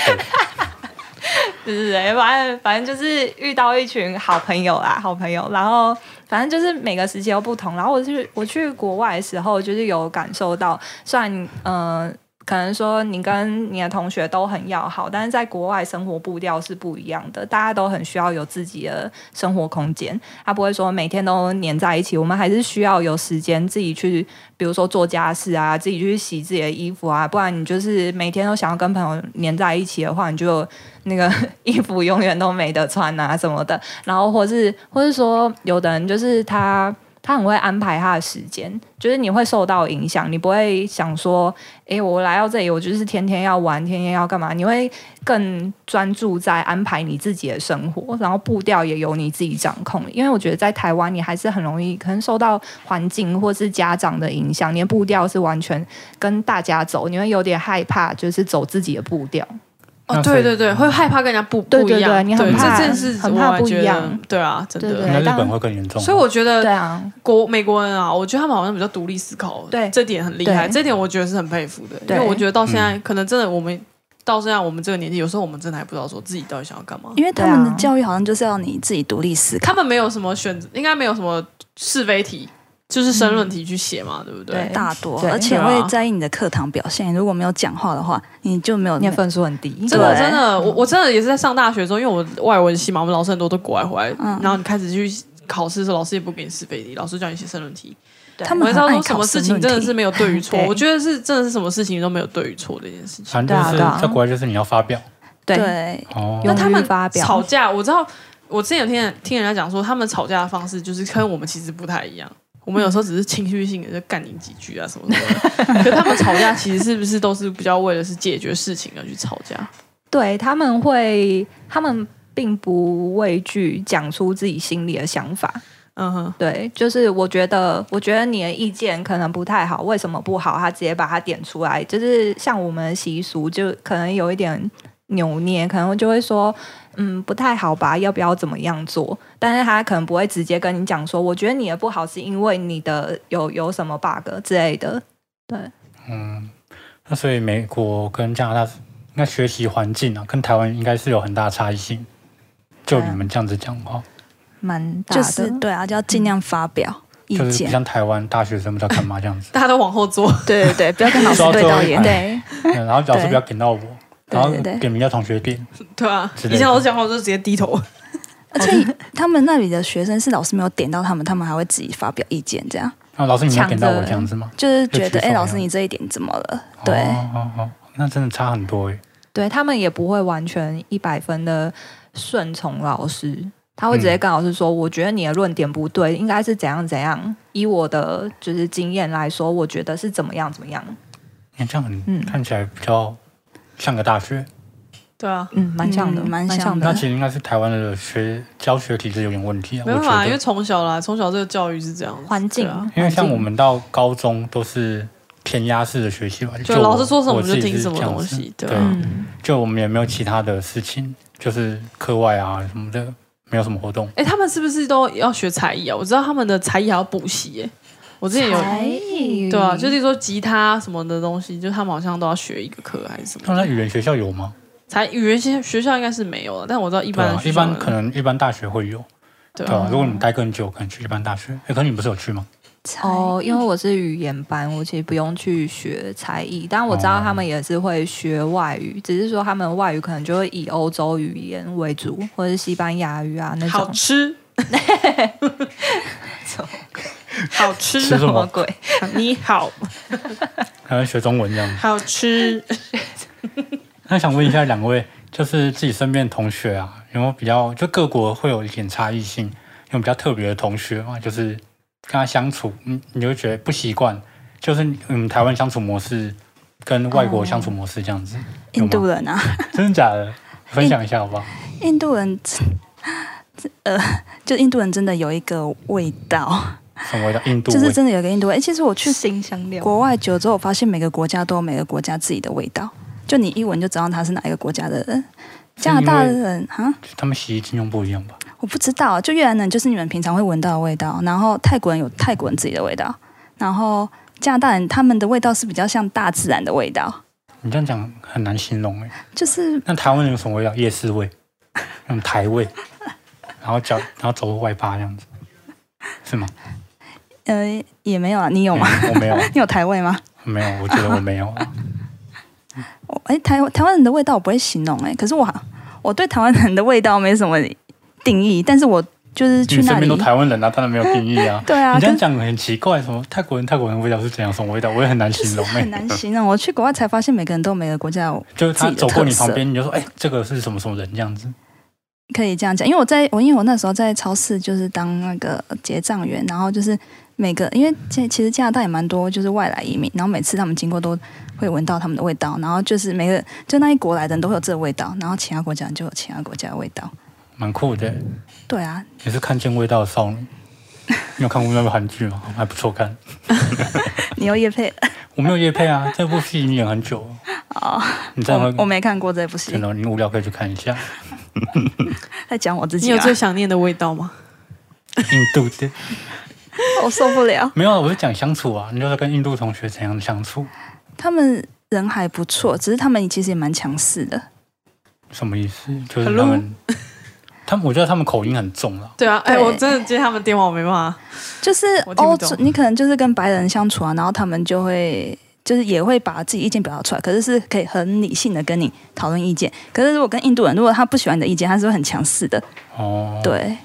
Speaker 4: 对对对，反正反正就是遇到一群好朋友啦，好朋友，然后反正就是每个时期都不同。然后我去我去国外的时候，就是有感受到，虽然呃，可能说你跟你的同学都很要好，但是在国外生活步调是不一样的，大家都很需要有自己的生活空间，他不会说每天都黏在一起，我们还是需要有时间自己去，比如说做家事啊，自己去洗自己的衣服啊，不然你就是每天都想要跟朋友黏在一起的话，你就那个 衣服永远都没得穿啊什么的。然后或是或是说，有的人就是他。他很会安排他的时间，就是你会受到影响，你不会想说，诶，我来到这里，我就是天天要玩，天天要干嘛？你会更专注在安排你自己的生活，然后步调也由你自己掌控。因为我觉得在台湾，你还是很容易可能受到环境或是家长的影响，你的步调是完全跟大家走，你会有点害怕，就是走自己的步调。
Speaker 1: 哦，
Speaker 2: 那所
Speaker 1: 对
Speaker 2: 以
Speaker 1: 对对，会害怕跟人家不
Speaker 4: 对
Speaker 1: 不一样，
Speaker 4: 对对你很怕
Speaker 1: 这件事
Speaker 4: 很怕不一样，
Speaker 1: 对啊，真
Speaker 4: 对
Speaker 2: 应
Speaker 1: 的。
Speaker 2: 该
Speaker 4: 对
Speaker 2: 日本会更严重。
Speaker 1: 所以我觉
Speaker 4: 对
Speaker 1: 得
Speaker 4: 啊，
Speaker 1: 国美国人啊，我觉得他们好像比较独立思考，
Speaker 4: 对
Speaker 1: 这点很厉害，
Speaker 4: 对
Speaker 1: 这点我觉得是很佩服的。因
Speaker 4: 对
Speaker 1: 为我觉得到现在，可能真的我们到现在我们这个年纪，有时候我们真的还不知道说自己到底想要干嘛。
Speaker 3: 因为他们
Speaker 4: 对
Speaker 3: 的
Speaker 4: 啊
Speaker 3: 教育好像就是要你自己独立思考。
Speaker 1: 他们没有什么选择，应该没有什么是非题，就是申论
Speaker 3: 嗯
Speaker 1: 题去写嘛，对不对？
Speaker 4: 对
Speaker 3: 大多，
Speaker 4: 对
Speaker 3: 而且
Speaker 1: 对啊
Speaker 3: 会在意你的课堂表现。如果没有讲话的话，你就没有
Speaker 4: 你
Speaker 3: 那
Speaker 4: 的分数很低，
Speaker 1: 真的
Speaker 3: 对
Speaker 1: 真的，我我真的也是在上大学的时候，因为我外文系嘛，我们老师很多都国外回来，
Speaker 3: 嗯
Speaker 1: 然后你开始去考试的时候，老师也不给你是非题，老师叫你写申论题。
Speaker 4: 对
Speaker 3: 他
Speaker 1: 我
Speaker 3: 们
Speaker 1: 们知
Speaker 3: 很
Speaker 1: 道
Speaker 3: 爱
Speaker 1: 说什
Speaker 3: 考
Speaker 1: 么
Speaker 3: 试
Speaker 1: 事情真的是没有对与错，
Speaker 4: 对
Speaker 1: 我觉得是真的是什么事情都没有对与错的一件事情。
Speaker 2: 反正就是
Speaker 4: 对啊对啊
Speaker 2: 在国外就是你要发表
Speaker 4: 对
Speaker 3: 对，
Speaker 2: 哦，
Speaker 4: 有
Speaker 1: 那他们
Speaker 4: 勇于发表
Speaker 1: 吵架，我知道，我之前有听人听人家讲说，他们吵架的方式就是跟我们其实不太一样。我们有时候只是情绪性的就干你几句啊什么 什么的，可他们吵架其实是不是都是比较为了是解决事情而去吵架？
Speaker 4: 对他们会，他们并不畏惧讲出自己心里的想法。
Speaker 1: 嗯哼，
Speaker 4: 对，就是我觉得，我觉得你的意见可能不太好，为什么不好？他直接把它点出来，就是像我们的习俗，就可能有一点扭捏，可能就会说，嗯，不太好吧，要不要怎么样做？但是他可能不会直接跟你讲说，我觉得你的不好是因为你的有有什么 bug 之类的。
Speaker 2: 嗯，那所以美国跟加拿大是应该学习环境啊，跟台湾应该是有很大差异性。就
Speaker 4: 对啊
Speaker 2: 你们这样子讲的话，
Speaker 4: 蛮大
Speaker 3: 就
Speaker 4: 的，
Speaker 3: 是对啊，就要尽量发表意
Speaker 2: 就是不
Speaker 3: 见。
Speaker 2: 像台湾大学生不知道干嘛这样 子，
Speaker 1: 大家都往后坐，
Speaker 3: 对对对，不要 跟老师对到眼。对
Speaker 4: 对
Speaker 2: 嗯然后老师
Speaker 3: 对
Speaker 2: 不要点到我，
Speaker 3: 对
Speaker 2: 然后
Speaker 3: 对对
Speaker 2: 给名叫同学点，
Speaker 1: 对啊，
Speaker 2: 之
Speaker 1: 以
Speaker 2: 类的
Speaker 1: 前老师讲话我就直接低头。
Speaker 3: 而且他们那里的学生是老师没有点到他们，他们还会自己发表意见，这样
Speaker 2: 然后老师你没有点到我
Speaker 4: 抢着
Speaker 2: 这样子吗？
Speaker 3: 就是
Speaker 2: 就
Speaker 3: 觉
Speaker 2: 举手
Speaker 3: 得
Speaker 2: 这
Speaker 3: 哎、
Speaker 2: 样
Speaker 3: 老师你这一点怎么了？对，
Speaker 2: 哦哦哦，那真的差很多欸诶。
Speaker 4: 对他们也不会完全一百分的顺从老师，他会直
Speaker 2: 嗯
Speaker 4: 接跟老师说：“我觉得你的论点不对，应该是怎样怎样。以我的就是经验来说，我觉得是怎么样怎么样。
Speaker 2: 你看这样很
Speaker 4: 嗯
Speaker 2: 看起来比较像个大学，
Speaker 1: 对啊，
Speaker 4: 嗯，蛮像的，
Speaker 3: 嗯蛮
Speaker 4: 像
Speaker 3: 像
Speaker 2: 那
Speaker 4: 的
Speaker 3: 的。
Speaker 2: 其实应该是台湾的学教学体制有点问题啊，
Speaker 1: 没
Speaker 2: 我
Speaker 1: 办
Speaker 2: 觉
Speaker 1: 法，因为
Speaker 2: 得。
Speaker 1: 从小啦，从小这个教育是这样子，
Speaker 4: 环境
Speaker 1: 对啊，
Speaker 2: 因为像
Speaker 4: 环境
Speaker 2: 我们到高中都是填鸭式的学习吧，
Speaker 1: 就
Speaker 2: 我
Speaker 1: 老师说什么
Speaker 2: 我自己
Speaker 1: 就听
Speaker 2: 是
Speaker 1: 什么
Speaker 2: 这样
Speaker 1: 东
Speaker 2: 子
Speaker 1: 西对
Speaker 2: 对
Speaker 1: 啊
Speaker 4: 嗯，
Speaker 2: 就我们也没有其他的事情，就是课外啊什么的，没有什么活动。
Speaker 1: 哎、他们是不是都要学才艺啊？我知道他们的才艺还要补习耶。我之前有
Speaker 4: 才艺
Speaker 1: 对啊，就是说吉他什么的东西，就是他们好像都要学一个课还是什
Speaker 2: 那在
Speaker 1: 么。
Speaker 2: 语言学校有吗？
Speaker 1: 才语言学学校应该是没有了，但我知道一
Speaker 2: 对
Speaker 1: 般
Speaker 2: 啊
Speaker 1: 的，学
Speaker 2: 一
Speaker 1: 校
Speaker 2: 般可能一般大学会有，
Speaker 1: 对
Speaker 2: 对
Speaker 1: 啊
Speaker 2: 啊。如果你待更久，可能去一般大学。哎，可是你不是有去吗？
Speaker 4: 哦，因为我是语言班，我其实不用去学才艺，但我知
Speaker 2: 哦
Speaker 4: 道他们也是会学外语，只是说他们外语可能就会以欧洲语言为主，或者是西班牙语啊那
Speaker 1: 好
Speaker 4: 种。
Speaker 1: 吃，好吃，
Speaker 2: 吃什么？
Speaker 4: 鬼？
Speaker 1: 你好，
Speaker 2: 可能学中文这样。
Speaker 1: 好吃。
Speaker 2: 那想问一下两位，就是自己身边的同学啊，有没有比较就各国会有一点差异性，有比较特别的同学嘛？就是跟他相处，嗯，你就会觉得不习惯，就是嗯，台湾相处模式跟外国相处模式这样子，有
Speaker 3: 印度
Speaker 2: 吗？
Speaker 3: 人啊，
Speaker 2: 真的假的？分享一下好不好？
Speaker 3: 印度人， 呃，就印度人真的有一个味道，
Speaker 2: 什么味道？印度
Speaker 3: 就
Speaker 2: 味？
Speaker 3: 是真的有一个印度味。诶哎其实我去
Speaker 4: 新香料
Speaker 3: 国外久了之后，我发现每个国家都有每个国家自己的味道，就你一闻就知道他是哪一个国家的人。加拿大人啊，
Speaker 2: 他们洗衣精用不一样吧？
Speaker 3: 我不知道，就越南人就是你们平常会闻到的味道，然后泰国人有泰国人自己的味道，然后加拿大人他们的味道是比较像大自然的味道，
Speaker 2: 你这样讲很难形容哎、
Speaker 3: 就是
Speaker 2: 那台湾人有什么味道？夜市味，那种台味，然后脚，然后走路外八这样子，是吗？
Speaker 3: 呃也没有啊，你有吗？
Speaker 2: 嗯我没有，
Speaker 3: 你有台味吗？
Speaker 2: 没有，我觉得我没 有。
Speaker 3: 我哎、台台湾人的味道我不会形容哎、可是我好我对台湾人的味道没什么定义，但是我就是去
Speaker 2: 你身
Speaker 3: 那
Speaker 2: 边
Speaker 3: 里。
Speaker 2: 都，台湾人啊，当然没有定义啊
Speaker 3: 对啊，
Speaker 2: 你这
Speaker 3: 跟
Speaker 2: 样讲很奇怪，什么泰国人泰国人的味道是怎样什么味道，我也很难形容、欸。
Speaker 3: 很难形容。我去国外才发现每个人都有每个国家有
Speaker 2: 就是他
Speaker 3: 自己的
Speaker 2: 走过你
Speaker 3: 特色
Speaker 2: 旁边，你就说：“哎、这个是什么什么人？”这样子，
Speaker 3: 可以这样讲，因为我在我因为我那时候在超市就是当那个结账员，然后就是每个因为其其实加拿大也蛮多就是外来移民，然后每次他们经过都会闻到他们的味道，然后就是每个就那一国来的人都会有这个味道，然后其他国家人就有其他国家的味道。
Speaker 2: 蛮酷的、
Speaker 3: 对啊，
Speaker 2: 也是看见味道的少 女。你有看过那部韩剧吗？还不错看。
Speaker 3: 你有叶配
Speaker 2: 我没有夜配啊，这部戏你演很久了，
Speaker 3: 哦，
Speaker 2: 你这样
Speaker 3: 我我
Speaker 2: 会
Speaker 3: 没看过这部
Speaker 2: 真
Speaker 3: 戏，
Speaker 2: 的，你无聊可以去看一下
Speaker 3: 在讲我自
Speaker 1: 你
Speaker 3: 己、啊，
Speaker 1: 有最想念的味道吗？
Speaker 2: 印度的。
Speaker 3: 我受不了。
Speaker 2: 没有啊，我是讲相处啊，你就是跟印度同学怎样相处，
Speaker 3: 他们人还不错，只是他们其实也蛮强势的。
Speaker 2: 什么意思？就是他们，他们我觉得他们口音很重啊。
Speaker 1: 对啊，哎、
Speaker 3: 对
Speaker 1: 我真的接他们电话，我没办法。
Speaker 3: 就是
Speaker 1: 我听不
Speaker 3: 欧
Speaker 1: 懂
Speaker 3: 洲，你可能就是跟白人相处啊，然后他们就会就是也会把自己意见表达出来，可是是可以很理性的跟你讨论意见。可是如果跟印度人，如果他不喜欢你的意见，他是会很强势的，
Speaker 2: 哦，，
Speaker 3: 对。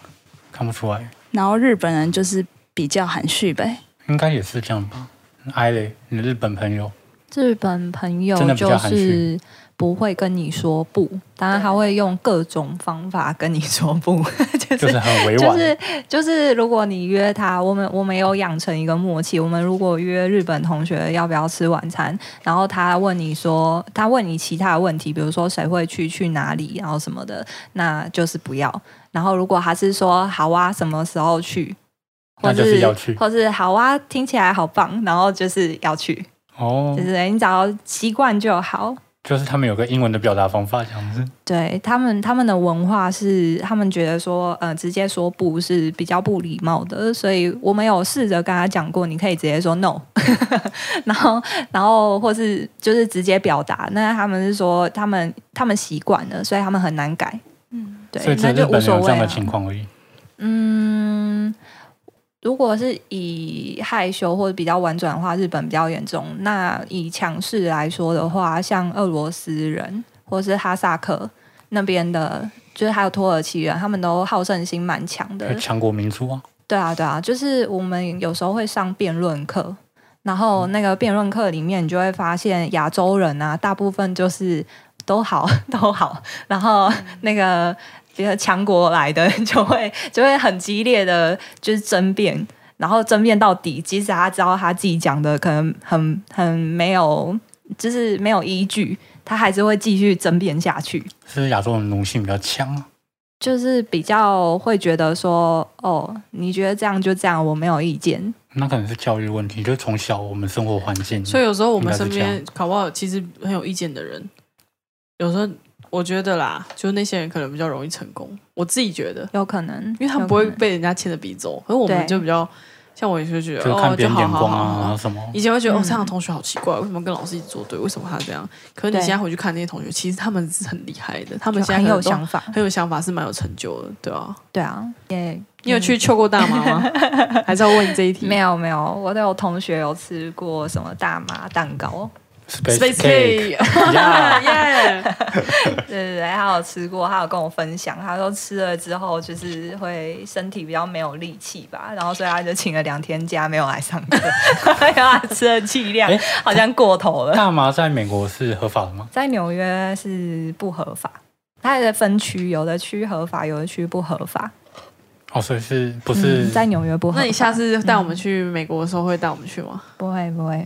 Speaker 2: 看不出来，
Speaker 3: 然后日本人就是比较含蓄呗，
Speaker 2: 应该也是这样吧。艾雷，你的日本朋友，
Speaker 4: 日本朋友
Speaker 2: 真的比较
Speaker 4: 就
Speaker 2: 含
Speaker 4: 是不会跟你说不，当然他会用各种方法跟你说不， 就是
Speaker 2: 就是很委
Speaker 4: 就
Speaker 2: 婉，
Speaker 4: 是就是，如果你约他，我们我们有养成一个默契。我们如果约日本同学要不要吃晚餐，然后他问你说，他问你其他的问题，比如说谁会去去哪里，然后什么的，那就是不要。然后如果他是说好啊，什么时候去，
Speaker 2: 那
Speaker 4: 或是
Speaker 2: 就是要去。
Speaker 4: 或是好啊，听起来好棒，然后就是要去，
Speaker 2: 哦
Speaker 4: 就，是哎你只要习惯就好。
Speaker 2: 就是他们有个英文的表达方法，这样子。
Speaker 4: 对他们，他们的文化是他们觉得说，呃，直接说不是比较不礼貌的，所以我们有试着跟他讲过，你可以直接说 no，然后，然后或是就是直接表达。那他们是说，他们他们习惯了，所以他们很难改。嗯，
Speaker 2: 所
Speaker 4: 对
Speaker 2: 以，只有
Speaker 4: 那
Speaker 2: 日
Speaker 4: 就无
Speaker 2: 本人
Speaker 4: 所
Speaker 2: 有这
Speaker 4: 谓、
Speaker 2: 样的
Speaker 4: 啊。
Speaker 2: 情况而已。
Speaker 4: 嗯，如果是以害羞或者比较婉转的话，日本比较严重。那以强势来说的话，像俄罗斯人或是哈萨克那边的，就是还有土耳其人，他们都好胜心蛮强的
Speaker 2: 就。强国民族啊，
Speaker 4: 对啊，对啊，就是我们有时候会上辩论课，然后那个辩论课里面，你就会发现亚洲人啊，大部分就是都好 都好，然后那个比如强国来的 就会就会很激烈的就是争辩，然后争辩到底，即使他知道他自己讲的可能很很没有，就是没有依据。他还是会继续争辩下去。
Speaker 2: 是亚洲人奴性比较强啊。
Speaker 4: 就是比较会觉得说，哦，你觉得这样就这样，我没有意见。
Speaker 2: 那可能是教育问题，就是从小我们生活环境，
Speaker 1: 所以有时候我们
Speaker 2: 应该
Speaker 1: 身
Speaker 2: 是这样
Speaker 1: 边搞不好其实很有意见的人，有时候我觉得啦，就是那些人可能比较容易成功，我自己觉得，
Speaker 4: 有可能，
Speaker 1: 因为他
Speaker 4: 有
Speaker 1: 不会
Speaker 4: 可能
Speaker 1: 被人家牵着鼻子走，可是我们
Speaker 4: 对
Speaker 1: 就比较像我也是觉得
Speaker 2: 就是
Speaker 1: 哦，
Speaker 2: 看别
Speaker 1: 就
Speaker 2: 人
Speaker 1: 好
Speaker 2: 眼
Speaker 1: 好好
Speaker 2: 光啊，
Speaker 1: 好
Speaker 2: 然后
Speaker 1: 好。
Speaker 2: 什么
Speaker 1: 以前会觉得、哦，
Speaker 4: 嗯
Speaker 1: 这样的同学好奇怪，为什么跟老师一起作对？为什么他这样？可是你
Speaker 4: 对
Speaker 1: 现在回去看那些同学，其实他们是很厉害的，他
Speaker 4: 就
Speaker 1: 们现在
Speaker 4: 很
Speaker 1: 可能
Speaker 4: 有
Speaker 1: 都
Speaker 4: 想法。
Speaker 1: 很有想法，是蛮有成就的，对啊。
Speaker 4: 对啊，也
Speaker 1: 你有去秋过大麻 吗？还是要问你这一题？
Speaker 4: 没有没有，我都有同学有吃过什么大麻蛋 糕，
Speaker 2: space
Speaker 1: K，
Speaker 2: 呀，
Speaker 1: 耶！
Speaker 4: 对对对，他有吃过，他有跟我分享，他说吃了之后就是会身体比较没有力气吧，然后所以他就请了两天假，没有来上 课，因为他吃的剂量
Speaker 2: 哎
Speaker 4: 好像过头了。
Speaker 2: 大麻在美国是合法的吗？
Speaker 4: 在纽约是不合法，它的分区有的区合法，有的区不合法。
Speaker 2: 哦，所以是不是、
Speaker 4: 嗯、在纽约不合法？
Speaker 1: 那你下次带我们去美国的时候，会带我们去吗？
Speaker 4: 不会 不会？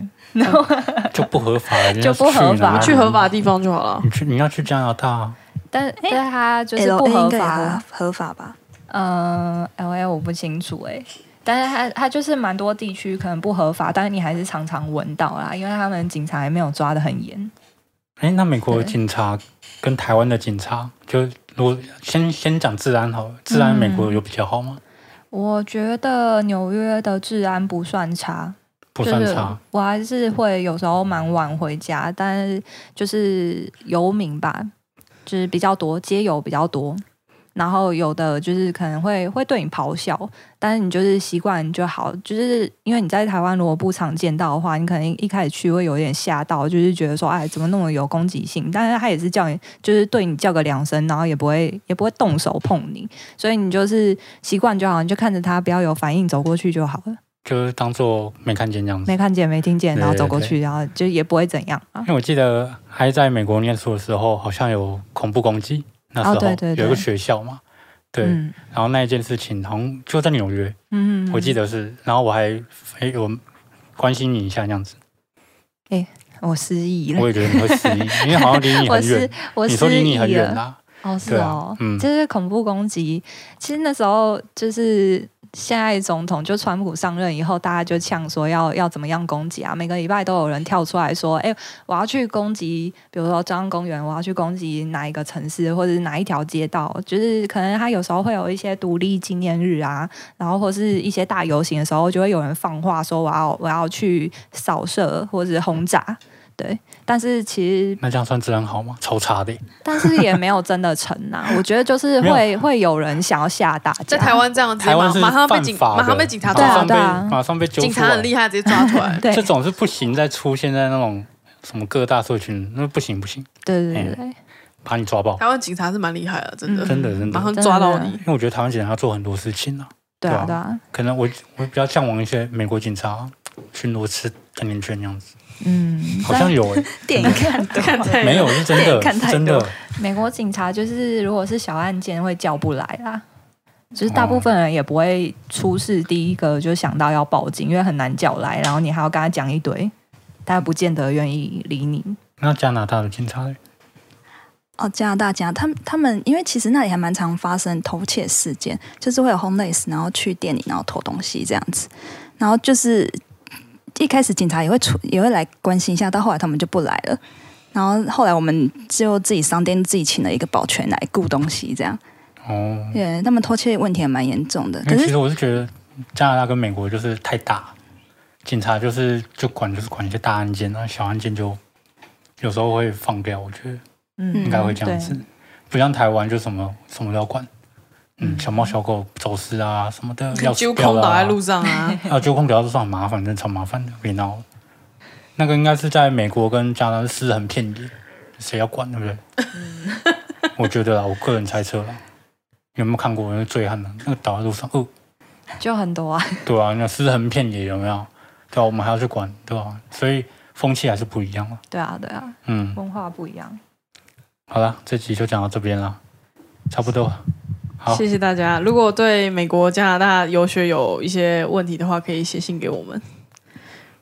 Speaker 2: 就不合法了？
Speaker 4: 就不合法
Speaker 2: 人家去哪里
Speaker 1: 去合法的地方就好了。
Speaker 2: 你去你要去加拿大，啊
Speaker 4: 但但是它就是
Speaker 3: L
Speaker 4: 不
Speaker 3: A 应
Speaker 4: 合
Speaker 3: 该也
Speaker 4: 法
Speaker 3: 合。合法吧？
Speaker 4: 嗯，L A 我不清楚哎、但是它它就是蛮多地区可能不合法，但是你还是常常闻到啦，因为他们警察还没有抓的很严。
Speaker 2: 哎，那美国的
Speaker 4: 对
Speaker 2: 警察跟台湾的警察，就如果先先讲治安
Speaker 4: 嗯
Speaker 2: 好了，治安美国有比较好吗？
Speaker 4: 我觉得纽约的治安不算差，
Speaker 2: 不算
Speaker 4: 就是
Speaker 2: 差，
Speaker 4: 我还是会有时候蛮晚回家，但是就是游民吧，就是比较多，街友比较多。然后有的就是可能会会对你咆哮，但是你就是习惯就好。就是因为你在台湾如果不常见到的话，你可能一开始去会有点吓到，就是觉得说哎怎么那么有攻击性？但是他也是叫你，就是对你叫个两声，然后也不会也不会动手碰你，所以你就是习惯就好，你就看着他不要有反应，走过去就好了。
Speaker 2: 就是当做没看见这样子。
Speaker 4: 没看见、没听见，
Speaker 2: 对
Speaker 4: 然后走过
Speaker 2: 对
Speaker 4: 去，然后就也不会怎样啊
Speaker 2: 因。为我记得还在美国念书的时候，好像有恐怖攻击，那时候、
Speaker 4: 哦对对对
Speaker 2: 有一个学校嘛，对，
Speaker 4: 嗯
Speaker 2: 然后那一件事情好像就在纽约，
Speaker 4: 嗯，
Speaker 2: 我记
Speaker 4: 得
Speaker 2: 得是，然后我还哎我关心你一下那样子，
Speaker 4: 我失忆
Speaker 2: 我
Speaker 4: 了，
Speaker 2: 也觉得你会失忆，因为好像离你
Speaker 4: 我
Speaker 2: 很
Speaker 4: 失
Speaker 2: 远，
Speaker 4: 我
Speaker 2: 你说离
Speaker 4: 失
Speaker 2: 你很
Speaker 4: 忆
Speaker 2: 远
Speaker 4: 了。
Speaker 2: 啊，
Speaker 4: 哦，是
Speaker 2: 对啊
Speaker 4: 哦，
Speaker 2: 嗯
Speaker 4: 就是恐怖攻击。其实那时候就是现在总统就川普上任以后，大家就呛说要要怎么样攻击啊？每个礼拜都有人跳出来说，哎、我要去攻击，比如说中央公园，我要去攻击哪一个城市或者是哪一条街道，就是可能他有时候会有一些独立纪念日啊，然后或是一些大游行的时候，就会有人放话说我要我要去扫射或者是轰炸。对，但是其实
Speaker 2: 那这样算治安好吗？超差的耶，
Speaker 4: 但是也没有真的成啊。 我觉得就是
Speaker 2: 没
Speaker 4: 会会有人想要吓大家，
Speaker 1: 在台湾这样子，
Speaker 2: 台湾
Speaker 1: 马
Speaker 2: 是
Speaker 1: 马上被
Speaker 2: 犯
Speaker 1: 警
Speaker 2: 法的
Speaker 1: 马上被警察
Speaker 4: 对
Speaker 1: 抓走
Speaker 2: 马
Speaker 4: 啊
Speaker 2: 上，被
Speaker 4: 对啊。
Speaker 2: 马上被揪
Speaker 1: 警
Speaker 2: 出
Speaker 1: 察很
Speaker 2: 来，
Speaker 1: 厉害，直接抓出来
Speaker 4: 对
Speaker 2: 这
Speaker 4: 对
Speaker 2: 种是不行，再出现在那种什么各大社群，那不行不行，
Speaker 4: 对
Speaker 2: 哎
Speaker 4: 对对，
Speaker 2: 把你抓爆，
Speaker 1: 台湾警察是蛮厉害的，真的
Speaker 4: 嗯，
Speaker 2: 真的真的
Speaker 1: 马，上抓到
Speaker 4: 真
Speaker 1: 你。
Speaker 2: 因为我觉得台湾警察要做很多事情啊。
Speaker 4: 对
Speaker 2: 对啊
Speaker 4: 啊对啊，
Speaker 2: 可能我我比较向往一些美国警察巡逻吃甜甜圈那样子，
Speaker 4: 嗯，
Speaker 2: 好像有 诶、
Speaker 3: 电影看多
Speaker 1: 看太
Speaker 2: 没有是真 的，
Speaker 3: 看
Speaker 2: 是
Speaker 3: 太多
Speaker 2: 真的。
Speaker 4: 但美国警察就是如果是小案件会叫不来啦。就
Speaker 2: 哦
Speaker 4: 是大部分人也不会出事，第一个就想到要报警，因为很难叫来，然后你还要跟他讲一堆，他不见得愿意理你。
Speaker 2: 那加拿大的警察嘞，
Speaker 3: 哦，加拿大加他们他们，因为其实那里还蛮常发生偷窃事件，就是会有 homeless 然后去店里然后偷东西这样子，然后就是一开始警察也会出也会来关心一下，到后来他们就不来了，然后后来我们就自己商店自己请了一个保全来顾东西这样，
Speaker 2: 哦，
Speaker 3: 对，他们偷窃问题还蛮严重的，
Speaker 2: 因为
Speaker 3: 可
Speaker 2: 其
Speaker 3: 是
Speaker 2: 实我是觉得加拿大跟美国就是太大，警察就是就管就是管一些大案件，那小案件就有时候会放掉，我觉得
Speaker 4: 嗯，
Speaker 2: 应该会这样子，不像台湾就什么什么都要管。嗯，
Speaker 4: 嗯
Speaker 2: 小猫小狗走失啊什么的，要
Speaker 1: 揪
Speaker 2: 死掉
Speaker 1: 空
Speaker 2: 了
Speaker 1: 倒
Speaker 2: 啊
Speaker 1: 在路上啊！
Speaker 2: 啊，就空调是算很麻烦，真的超麻烦的，别闹了。那个应该是在美国跟加拿大是私很便宜，谁要管对不对？
Speaker 1: 嗯
Speaker 2: 我觉得啦，我个人猜测啦。有没有看过那个醉汉呢？那个倒在路上，哦，
Speaker 4: 对就很多啊。
Speaker 2: 对啊，那私很便宜有没有？对啊，我们还要去管，对吧、所以风气还是不一样了。
Speaker 4: 对啊，对啊，
Speaker 2: 嗯，
Speaker 4: 文化不一样。
Speaker 2: 好啦，这集就讲到这边啦，差不多了。好
Speaker 1: 谢谢大家。如果对美国、加拿大游学有一些问题的话，可以写信给我们，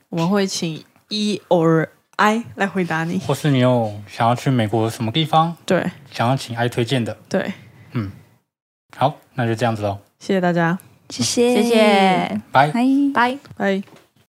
Speaker 1: 我们会请 E or I 来回答你。
Speaker 2: 或是你有想要去美国什么地方，
Speaker 1: 对
Speaker 2: 想要请 I 推荐的，嗯
Speaker 1: 对，
Speaker 2: 好，那就这样子喽，
Speaker 1: 谢谢大家，
Speaker 3: 谢谢，
Speaker 4: 谢谢，
Speaker 2: 拜。
Speaker 3: 拜。
Speaker 4: 拜。
Speaker 1: 拜。